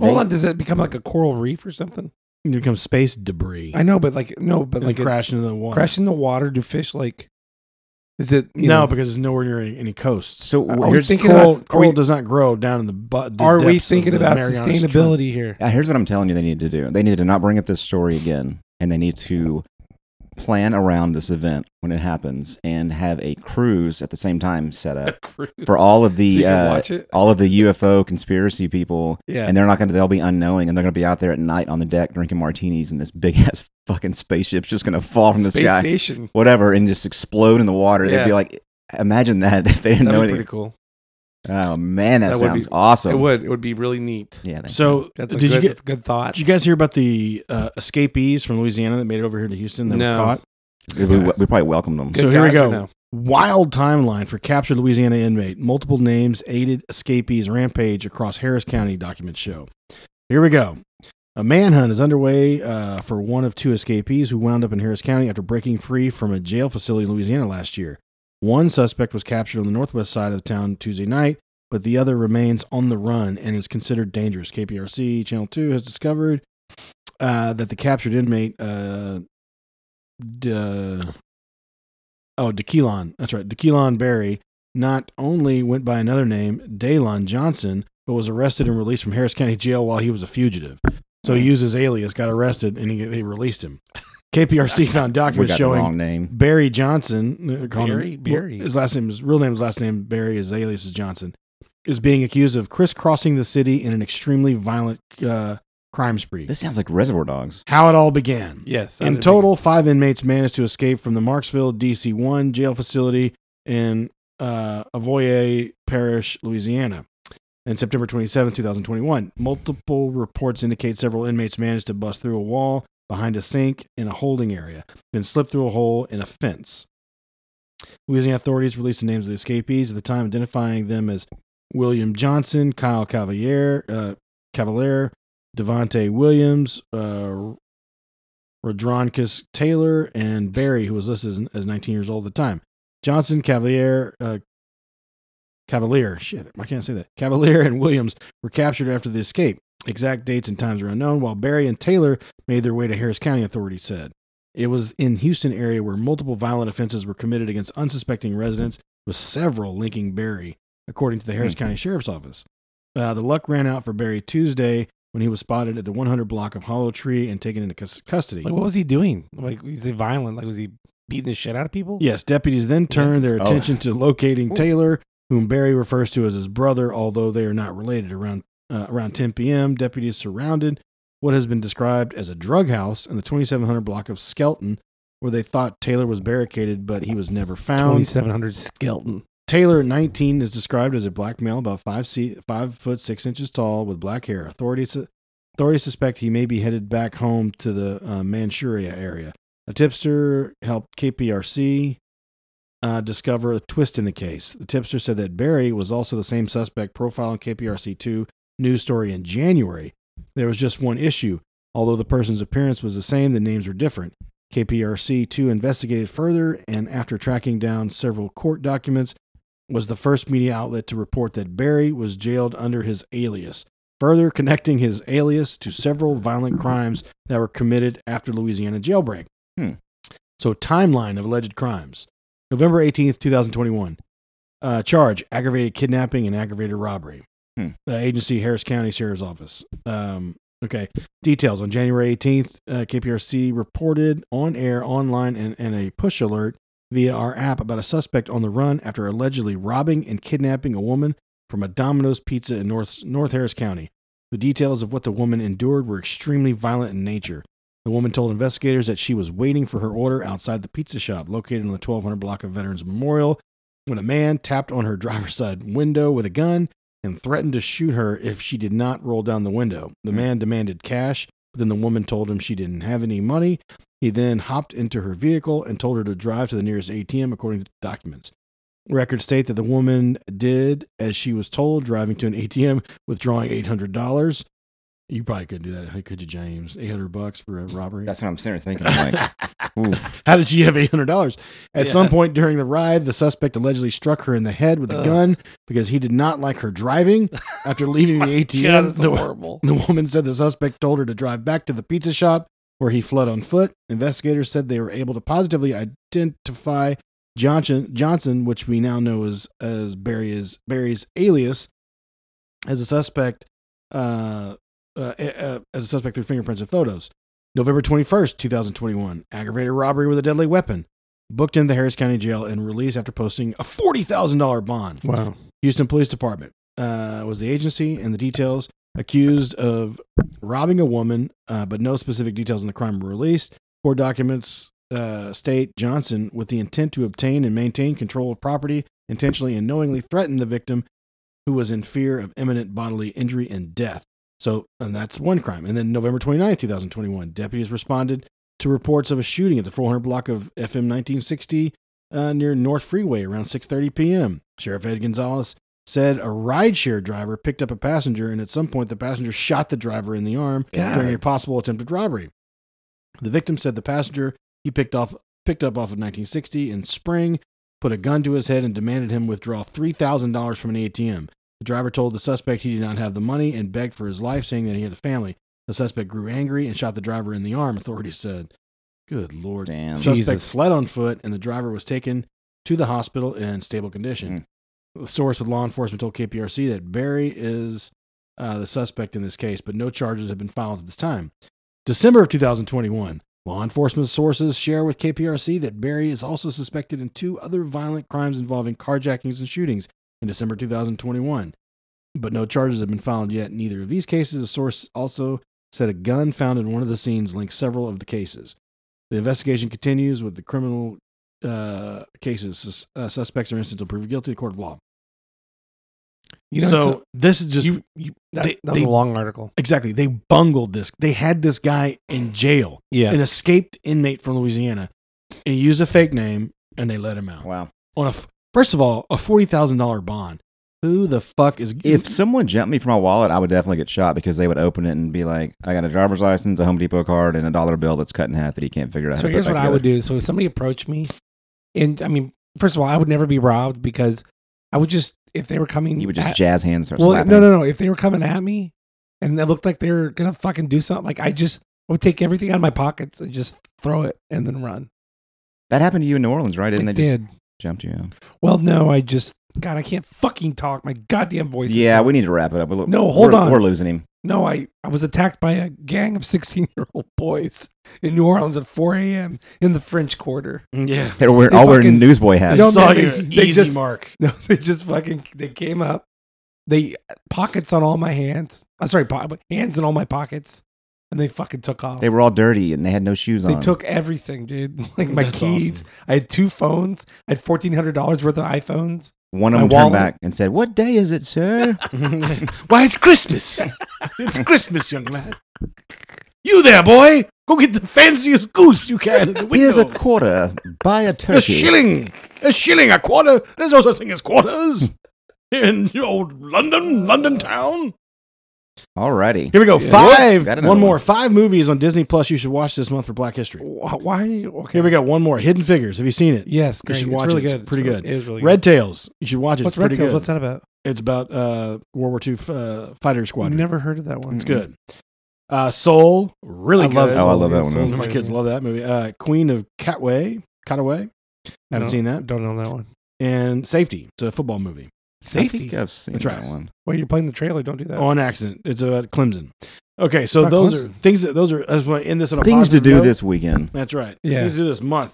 [SPEAKER 1] Hold
[SPEAKER 4] They-
[SPEAKER 1] on, does that become like a coral reef or something?
[SPEAKER 3] It becomes space debris.
[SPEAKER 1] I know, but like no, but
[SPEAKER 3] like
[SPEAKER 1] like it,
[SPEAKER 3] crashing into the water.
[SPEAKER 1] crash in the water. Do fish like? Is it you
[SPEAKER 3] no,
[SPEAKER 1] know,
[SPEAKER 3] because it's nowhere near any, any coasts.
[SPEAKER 4] So
[SPEAKER 1] Are
[SPEAKER 4] wh-
[SPEAKER 1] we
[SPEAKER 4] here's
[SPEAKER 1] thinking
[SPEAKER 3] coral,
[SPEAKER 1] about- are
[SPEAKER 3] coral
[SPEAKER 1] we-
[SPEAKER 3] does not grow down in the. Bu- the
[SPEAKER 1] are we
[SPEAKER 3] depths of
[SPEAKER 1] thinking
[SPEAKER 3] the
[SPEAKER 1] about
[SPEAKER 3] Marianas Trench.
[SPEAKER 1] sustainability here?
[SPEAKER 4] Uh, here's what I'm telling you they need to do. They need to not bring up this story again, and they need to plan around this event when it happens and have a cruise at the same time set up for all of
[SPEAKER 1] So
[SPEAKER 4] the
[SPEAKER 1] you can
[SPEAKER 4] uh,
[SPEAKER 1] watch it.
[SPEAKER 4] all of the UFO conspiracy people.
[SPEAKER 1] Yeah.
[SPEAKER 4] And they're not going to they'll be unknowing and they're going to be out there at night on the deck drinking martinis and this big ass fucking spaceship's just going to fall from the
[SPEAKER 1] Space
[SPEAKER 4] sky.
[SPEAKER 1] station.
[SPEAKER 4] Whatever and just explode in the water. They'd
[SPEAKER 1] Yeah.
[SPEAKER 4] be like imagine that if they didn't
[SPEAKER 1] That'd
[SPEAKER 4] know
[SPEAKER 1] be
[SPEAKER 4] anything.
[SPEAKER 1] pretty cool.
[SPEAKER 4] Oh man, that,
[SPEAKER 1] That would
[SPEAKER 4] sounds
[SPEAKER 1] be-
[SPEAKER 4] awesome.
[SPEAKER 1] it would. It would be really neat.
[SPEAKER 4] Yeah. thank you.
[SPEAKER 3] So
[SPEAKER 1] That's a
[SPEAKER 3] did you
[SPEAKER 1] good.
[SPEAKER 3] get
[SPEAKER 1] that's a good thought.
[SPEAKER 3] Did you guys hear about the uh, escapees from Louisiana that made it over here to Houston that
[SPEAKER 1] No.
[SPEAKER 3] were caught?
[SPEAKER 4] we, we, we probably welcomed them.
[SPEAKER 1] Good
[SPEAKER 3] so here we
[SPEAKER 1] guys or
[SPEAKER 3] go.
[SPEAKER 1] no?
[SPEAKER 3] Wild timeline for captured Louisiana inmate. Multiple names aided escapees rampage across Harris County, documents show. Here we go. A manhunt is underway uh, for one of two escapees who wound up in Harris County after breaking free from a jail facility in Louisiana last year. One suspect was captured on the northwest side of the town Tuesday night, but the other remains on the run and is considered dangerous. KPRC Channel 2 has discovered uh, that the captured inmate, uh, d- uh, oh, DeKeelon, that's right, DeKeelon Berry, not only went by another name, Daylon Johnson, but was arrested and released from Harris County Jail while he was a fugitive. So he used his alias, got arrested, and he, they released him. KPRC found
[SPEAKER 4] we
[SPEAKER 3] documents
[SPEAKER 4] got
[SPEAKER 3] showing
[SPEAKER 4] the wrong name.
[SPEAKER 3] Barry Johnson. uh, call him-
[SPEAKER 1] Barry?
[SPEAKER 3] well,
[SPEAKER 1] Barry.
[SPEAKER 3] His last name, his real name, his last name Barry, his alias is Johnson. Is being accused of crisscrossing the city in an extremely violent uh, crime spree.
[SPEAKER 4] This sounds like Reservoir Dogs.
[SPEAKER 3] How it all began.
[SPEAKER 1] Yes. I
[SPEAKER 3] In
[SPEAKER 1] didn't think
[SPEAKER 3] total, five inmates managed to escape from the Marksville DC 1 jail facility in uh, Avoye Parish, Louisiana. In September 27, 2021, multiple reports indicate several inmates managed to bust through a wall behind a sink in a holding area, then slip through a hole in a fence. Louisiana authorities released the names of the escapees at the time, identifying them as William Johnson, Kyle Cavalier, uh, Cavalier, Devontae Williams, uh, Rodronicus Taylor, and Barry, who was listed as, as 19 years old at the time. Johnson, Cavalier, uh, Cavalier, shit, I can't say that. Cavalier and Williams were captured after the escape. Exact dates and times are unknown, while Barry and Taylor made their way to Harris County, authorities said. It was in Houston area where multiple violent offenses were committed against unsuspecting residents, with several linking Barry, according to the Harris County Sheriff's Office. Uh, the luck ran out for Barry Tuesday when he was spotted at the 100 block of Hollow Tree and taken into cus- custody.
[SPEAKER 1] Like, what was he doing? Like, was he violent? Like, was he beating the shit out of people?
[SPEAKER 3] Yes, deputies then turn
[SPEAKER 1] Yes.
[SPEAKER 3] their
[SPEAKER 4] Oh.
[SPEAKER 3] attention to locating
[SPEAKER 1] Ooh.
[SPEAKER 3] Taylor, whom Barry refers to as his brother, although they are not related. Around uh, around 10 p.m., deputies surrounded what has been described as a drug house in the 2700 block of Skelton, where they thought Taylor was barricaded, but he was never found.
[SPEAKER 1] 2700 Skelton.
[SPEAKER 3] Taylor, 19, is described as a black male about five, se- five foot six inches tall with black hair. Authorities, authorities suspect he may be headed back home to the uh, Manchuria area. A tipster helped KPRC uh, discover a twist in the case. The tipster said that Barry was also the same suspect profiled on KPRC2 news story in January. There was just one issue. Although the person's appearance was the same, the names were different. KPRC2 investigated further and, after tracking down several court documents, was the first media outlet to report that Barry was jailed under his alias, further connecting his alias to several violent crimes that were committed after Louisiana jailbreak.
[SPEAKER 4] Hmm.
[SPEAKER 3] So, timeline of alleged crimes November 18th, 2021. Uh, charge aggravated kidnapping and aggravated robbery.
[SPEAKER 4] Hmm.
[SPEAKER 3] The agency, Harris County Sheriff's Office. Um, okay. Details on January 18th, uh, KPRC reported on air, online, and, and a push alert via our app about a suspect on the run after allegedly robbing and kidnapping a woman from a Domino's Pizza in North, North Harris County. The details of what the woman endured were extremely violent in nature. The woman told investigators that she was waiting for her order outside the pizza shop located on the 1200 block of Veterans Memorial when a man tapped on her driver's side window with a gun and threatened to shoot her if she did not roll down the window. The man demanded cash, but then the woman told him she didn't have any money he then hopped into her vehicle and told her to drive to the nearest ATM, according to documents. Records state that the woman did as she was told, driving to an ATM, withdrawing $800. You probably couldn't do that, could you, James? Eight hundred bucks for a robbery.
[SPEAKER 4] That's what I'm sitting there thinking. I'm like, oof.
[SPEAKER 3] How did she have eight hundred dollars? At
[SPEAKER 1] Yeah.
[SPEAKER 3] some point during the ride, the suspect allegedly struck her in the head with a
[SPEAKER 1] Ugh.
[SPEAKER 3] gun because he did not like her driving. After leaving the
[SPEAKER 1] God,
[SPEAKER 3] ATM,
[SPEAKER 1] that's
[SPEAKER 3] the,
[SPEAKER 1] horrible.
[SPEAKER 3] the woman said the suspect told her to drive back to the pizza shop where he fled on foot. Investigators said they were able to positively identify Johnson, Johnson which we now know as as Barry's Barry's alias, as a suspect, uh, uh, uh, as a suspect through fingerprints and photos. November twenty first, two thousand twenty one, aggravated robbery with a deadly weapon, booked into Harris County Jail and released after posting a forty thousand dollar bond.
[SPEAKER 1] Wow.
[SPEAKER 3] Houston Police Department uh, was the agency, and the details accused of robbing a woman, uh, but no specific details on the crime were released. Court documents uh, state Johnson, with the intent to obtain and maintain control of property, intentionally and knowingly threatened the victim, who was in fear of imminent bodily injury and death. So, and that's one crime. And then November 29th, 2021, deputies responded to reports of a shooting at the 400 block of FM 1960 uh, near North Freeway around 6:30 p.m. Sheriff Ed Gonzalez said a rideshare driver picked up a passenger, and at some point, the passenger shot the driver in the arm during a possible attempted robbery. The victim said the passenger he picked off picked up off of 1960 in spring put a gun to his head and demanded him withdraw three thousand dollars from an ATM. The driver told the suspect he did not have the money and begged for his life, saying that he had a family. The suspect grew angry and shot the driver in the arm. Authorities said, "Good lord."
[SPEAKER 4] Damn.
[SPEAKER 3] Suspect
[SPEAKER 1] Jesus.
[SPEAKER 3] fled on foot, and the driver was taken to the hospital in stable condition. A source with law enforcement told KPRC that Barry is uh, the suspect in this case, but no charges have been filed at this time. December of 2021, law enforcement sources share with KPRC that Barry is also suspected in two other violent crimes involving carjackings and shootings in December 2021, but no charges have been filed yet in either of these cases. A source also said a gun found in one of the scenes linked several of the cases. The investigation continues with the criminal uh, cases. Sus- uh, suspects are instant to prove guilty in court of law.
[SPEAKER 1] You know,
[SPEAKER 3] so
[SPEAKER 1] so
[SPEAKER 3] this is just
[SPEAKER 1] you, you, that,
[SPEAKER 3] they-
[SPEAKER 1] that was
[SPEAKER 3] they-
[SPEAKER 1] a long article.
[SPEAKER 3] exactly they bungled this. They had this guy in jail,
[SPEAKER 1] Yeah.
[SPEAKER 3] an escaped inmate from Louisiana, and he used a fake name, and they let him out
[SPEAKER 4] Wow.
[SPEAKER 3] on a f- first of all a forty thousand dollar bond. Who the fuck is
[SPEAKER 4] If someone jumped me for my wallet, I would definitely get shot because they would open it and be like, "I got a driver's license, a Home Depot card, and a dollar bill that's cut in half that he can't figure out."
[SPEAKER 1] So
[SPEAKER 4] how to put
[SPEAKER 1] here's what
[SPEAKER 4] back
[SPEAKER 1] I would
[SPEAKER 4] together."
[SPEAKER 1] do. So if somebody approached me, and I mean, first of all, I would never be robbed because I would just if they were coming.
[SPEAKER 4] You would just
[SPEAKER 1] at-
[SPEAKER 4] jazz hands. Start
[SPEAKER 1] well,
[SPEAKER 4] slapping
[SPEAKER 1] no,
[SPEAKER 4] him.
[SPEAKER 1] no, no. If they were coming at me, and it looked like they were gonna fucking do something, like I just I would take everything out of my pockets and just throw it and then run.
[SPEAKER 4] That happened to you in New Orleans, right? Didn't
[SPEAKER 1] I
[SPEAKER 4] they just
[SPEAKER 1] did.
[SPEAKER 4] jumped you? Out?
[SPEAKER 1] Well, no, I just God, I can't fucking talk. My goddamn voice. is
[SPEAKER 4] Yeah,
[SPEAKER 1] gone.
[SPEAKER 4] we need to wrap it up. We're,
[SPEAKER 1] No, hold
[SPEAKER 4] we're-
[SPEAKER 1] on.
[SPEAKER 4] We're losing him.
[SPEAKER 1] No, I, I was attacked by a gang of 16 year old boys in New Orleans at 4 a.m. in the French Quarter.
[SPEAKER 3] yeah?
[SPEAKER 4] They're wearing,
[SPEAKER 1] They
[SPEAKER 4] all
[SPEAKER 1] fucking-
[SPEAKER 4] wearing newsboy
[SPEAKER 3] I
[SPEAKER 4] hats.
[SPEAKER 1] No,
[SPEAKER 3] saw
[SPEAKER 1] man, they
[SPEAKER 3] your
[SPEAKER 1] just- they
[SPEAKER 3] easy
[SPEAKER 1] just-
[SPEAKER 3] mark.
[SPEAKER 1] No, they just fucking they came up. They pockets on all my hands. I'm sorry, po- hands in all my pockets, and they fucking took off.
[SPEAKER 4] They were all dirty and they had no shoes
[SPEAKER 1] They
[SPEAKER 4] on.
[SPEAKER 1] took everything, dude. Like my
[SPEAKER 3] That's
[SPEAKER 1] keys.
[SPEAKER 3] awesome.
[SPEAKER 1] I had two phones. I had fourteen hundred dollars worth of iPhones.
[SPEAKER 4] One
[SPEAKER 1] my
[SPEAKER 4] of them turned
[SPEAKER 1] wallet.
[SPEAKER 4] back and said, "What day is it, sir?"
[SPEAKER 3] Why, it's Christmas. it's Christmas, young man. You there, boy. Go get the fanciest goose you can at the window.
[SPEAKER 4] Here's a quarter. Buy a
[SPEAKER 3] a
[SPEAKER 4] turkey.
[SPEAKER 3] shilling. A shilling, a quarter. There's no such thing as quarters. In old London, London town.
[SPEAKER 4] Alrighty.
[SPEAKER 3] Here we go.
[SPEAKER 1] Yeah.
[SPEAKER 3] Five.
[SPEAKER 4] Got
[SPEAKER 3] One,
[SPEAKER 4] another
[SPEAKER 3] more.
[SPEAKER 4] one.
[SPEAKER 3] Five movies on Disney Plus you should watch this month for Black History.
[SPEAKER 1] Wh- Why? Okay.
[SPEAKER 3] Here we go. One more. Hidden Figures. Have you seen it?
[SPEAKER 1] Yes, great.
[SPEAKER 3] should
[SPEAKER 1] it's
[SPEAKER 3] watch
[SPEAKER 1] really
[SPEAKER 3] it. It's
[SPEAKER 1] good.
[SPEAKER 3] pretty
[SPEAKER 1] really-
[SPEAKER 3] good.
[SPEAKER 1] It is really
[SPEAKER 3] Red
[SPEAKER 1] good.
[SPEAKER 3] Tails. You should watch it.
[SPEAKER 1] What's
[SPEAKER 3] it's
[SPEAKER 1] Red
[SPEAKER 3] pretty
[SPEAKER 1] Tails?
[SPEAKER 3] good.
[SPEAKER 1] What's that about?
[SPEAKER 3] It's about uh, World War II uh, fighter squadron.
[SPEAKER 1] Never heard of that one.
[SPEAKER 3] It's good. Uh, Soul, really
[SPEAKER 1] I
[SPEAKER 3] good.
[SPEAKER 1] love
[SPEAKER 4] Oh, I
[SPEAKER 1] Soul.
[SPEAKER 4] love
[SPEAKER 1] Yeah,
[SPEAKER 4] that one.
[SPEAKER 1] Soul's
[SPEAKER 3] My
[SPEAKER 1] good.
[SPEAKER 3] kids love that movie. Uh, Queen of Catway, Cataway. Haven't
[SPEAKER 1] No.
[SPEAKER 3] seen that.
[SPEAKER 1] Don't know that one.
[SPEAKER 3] And Safety. It's a football movie.
[SPEAKER 4] I
[SPEAKER 1] Safety.
[SPEAKER 4] think I've seen
[SPEAKER 3] That's
[SPEAKER 4] that
[SPEAKER 3] right.
[SPEAKER 4] one.
[SPEAKER 1] Wait, you're playing the trailer. Don't do that.
[SPEAKER 3] On Oh, accident. It's about Clemson. Okay, so
[SPEAKER 1] About
[SPEAKER 3] those are
[SPEAKER 1] Clemson.
[SPEAKER 3] things that those are. I just want to end this on a
[SPEAKER 4] Things to
[SPEAKER 3] positive
[SPEAKER 4] do
[SPEAKER 3] note.
[SPEAKER 4] this weekend.
[SPEAKER 3] That's right.
[SPEAKER 1] Yeah.
[SPEAKER 3] Things to do this month.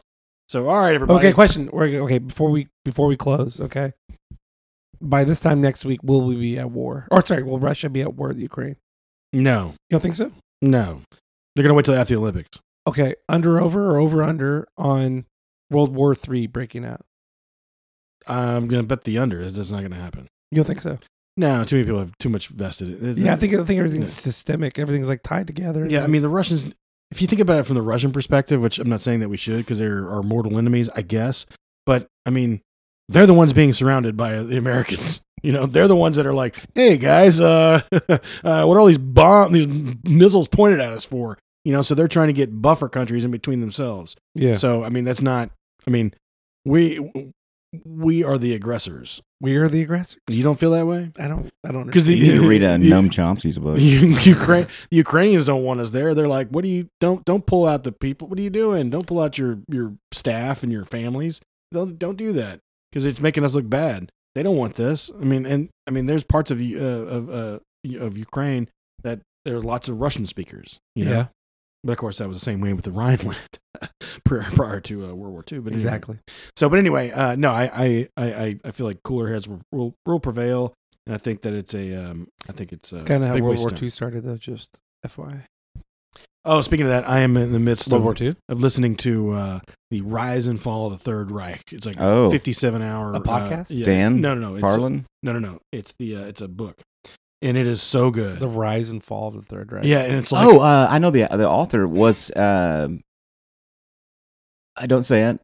[SPEAKER 3] So all right, everybody.
[SPEAKER 1] okay, question. We're, okay, before we before we close, okay. By this time next week, will we be at war? Or sorry, will Russia be at war with Ukraine?
[SPEAKER 3] No,
[SPEAKER 1] You don't think so?
[SPEAKER 3] no. They're gonna wait till after the Olympics.
[SPEAKER 1] Okay, under over or over under on World War Three breaking out?
[SPEAKER 3] I'm gonna bet the under. That's not gonna happen.
[SPEAKER 1] You don't think so?
[SPEAKER 3] No, too many people have too much vested. It's-
[SPEAKER 1] yeah, I think I think everything's
[SPEAKER 3] Yeah.
[SPEAKER 1] systemic. Everything's like tied together.
[SPEAKER 3] Yeah, I mean the Russians. If you think about it from the Russian perspective, which I'm not saying that we should, because they're our mortal enemies, I guess. But I mean, they're the ones being surrounded by the Americans. You know, they're the ones that are like, "Hey guys, uh, uh, what are all these bomb these missiles pointed at us for?" You know, so they're trying to get buffer countries in between themselves.
[SPEAKER 1] Yeah.
[SPEAKER 3] So, I mean, that's not. I mean, we we are the aggressors.
[SPEAKER 1] we are the aggressor.
[SPEAKER 3] You don't feel that way
[SPEAKER 1] I don't. I don't.
[SPEAKER 3] because the
[SPEAKER 4] You need to read a
[SPEAKER 3] the-
[SPEAKER 4] Noam Chomsky's book.
[SPEAKER 3] U- Ukraine, the Ukrainians don't want us there. They're like, "What do you don't don't pull out the people? What are you doing? Don't pull out your your staff and your families. Don't don't do that because it's making us look bad. They don't want this. I mean, and I mean, there's parts of U- uh, of uh, U- of Ukraine that there's lots of Russian speakers. You know?
[SPEAKER 1] Yeah.
[SPEAKER 3] but of course that was the same way with the Rhineland prior, prior to uh, World War II. But anyway.
[SPEAKER 1] Exactly.
[SPEAKER 3] So, but anyway, uh, no, I, I, I, I- I feel like cooler heads will, will, will prevail, and I think that it's a, um, I think it's, a
[SPEAKER 1] It's kind of how
[SPEAKER 3] big
[SPEAKER 1] World
[SPEAKER 3] waste
[SPEAKER 1] War
[SPEAKER 3] of time.
[SPEAKER 1] II started, though. Just FYI.
[SPEAKER 3] Oh, speaking of that, I am in the midst of,
[SPEAKER 1] II.
[SPEAKER 3] of listening to uh, the rise and fall of the Third Reich. It's like
[SPEAKER 4] Oh.
[SPEAKER 3] a fifty-seven hour
[SPEAKER 1] A podcast?
[SPEAKER 3] Uh, yeah.
[SPEAKER 4] Dan
[SPEAKER 3] No, no, no, it's,
[SPEAKER 4] Carlin.
[SPEAKER 3] no, no, no. It's the, uh, it's a book, and it is so good.
[SPEAKER 1] The rise and fall of the Third Reich.
[SPEAKER 3] yeah, and it's like,
[SPEAKER 4] oh, uh, I know the the author was. um I don't say it.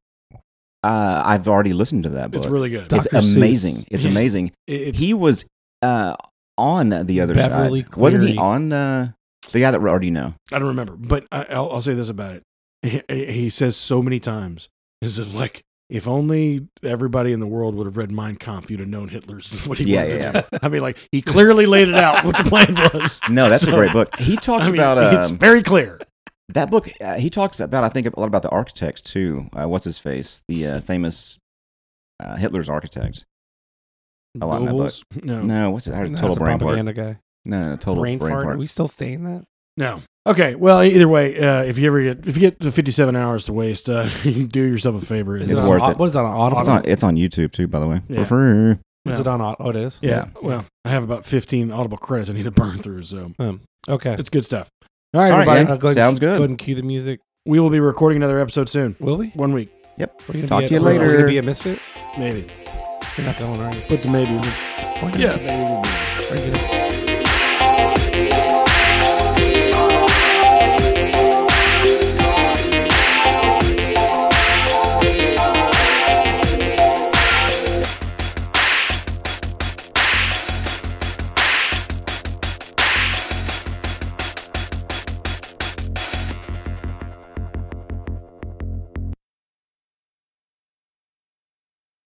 [SPEAKER 4] Uh, I've already listened to that book.
[SPEAKER 3] it's really good.
[SPEAKER 1] Doc-
[SPEAKER 4] It's
[SPEAKER 1] Dr. Seuss.
[SPEAKER 4] amazing. It's amazing.
[SPEAKER 3] It- it's-
[SPEAKER 4] He was uh, on the other
[SPEAKER 1] Beverly
[SPEAKER 4] side. Wasn't he
[SPEAKER 1] Cleary.
[SPEAKER 4] on uh, the guy that we already know?
[SPEAKER 3] I don't remember, but I, I'll, I'll say this about it. He- He, he says so many times, is it like, if only everybody in the world would have read Mein Kampf, you'd have known Hitler's what he
[SPEAKER 4] Yeah,
[SPEAKER 3] wanted
[SPEAKER 4] yeah,
[SPEAKER 3] to do. I mean, like he clearly laid it out what the plan was.
[SPEAKER 4] No, that's
[SPEAKER 3] So-
[SPEAKER 4] a great book. He talks
[SPEAKER 3] I mean,
[SPEAKER 4] about
[SPEAKER 3] it's
[SPEAKER 4] um,
[SPEAKER 3] very clear.
[SPEAKER 4] that book. Uh, he talks about I think a lot about the architect too. Uh, what's his face? The uh, famous uh, Hitler's architect. a lot in that
[SPEAKER 3] Goebbels? No, no,
[SPEAKER 4] No, what's it? I heard
[SPEAKER 1] Oh. No,
[SPEAKER 4] total
[SPEAKER 1] that's a
[SPEAKER 4] brain fart.
[SPEAKER 1] propaganda guy.
[SPEAKER 4] No, no, total
[SPEAKER 1] brain, fart.
[SPEAKER 4] fart.
[SPEAKER 1] Are we still staying that?
[SPEAKER 3] Okay, well, either way, uh, if you ever get if you get to fifty-seven hours to waste, uh, you can do yourself a favor. uh,
[SPEAKER 1] Is
[SPEAKER 4] It's
[SPEAKER 1] it on
[SPEAKER 4] worth
[SPEAKER 1] au-
[SPEAKER 4] it.
[SPEAKER 1] What is that on Audible?
[SPEAKER 4] It's on. It's on YouTube too, by the way.
[SPEAKER 3] Yeah.
[SPEAKER 4] For free.
[SPEAKER 1] Is it on Audible? Oh, it is.
[SPEAKER 3] Yeah, well, I have about fifteen audible credits I need to burn through, so
[SPEAKER 1] Um, okay.
[SPEAKER 3] it's good stuff. All right,
[SPEAKER 4] All right,
[SPEAKER 3] everybody,
[SPEAKER 4] yeah.
[SPEAKER 1] Uh, go ahead-
[SPEAKER 4] Sounds good.
[SPEAKER 1] Go ahead and cue the music.
[SPEAKER 3] we will be recording another episode soon.
[SPEAKER 1] Will we?
[SPEAKER 3] One week,
[SPEAKER 1] We're gonna
[SPEAKER 4] Talk
[SPEAKER 1] be
[SPEAKER 4] to
[SPEAKER 1] a-
[SPEAKER 4] you
[SPEAKER 1] we're gonna
[SPEAKER 4] later.
[SPEAKER 1] be a misfit.
[SPEAKER 3] maybe.
[SPEAKER 1] You're not going, are you?
[SPEAKER 3] Put the maybe.
[SPEAKER 1] Why not?
[SPEAKER 3] Yeah, maybe.
[SPEAKER 1] Are you gonna-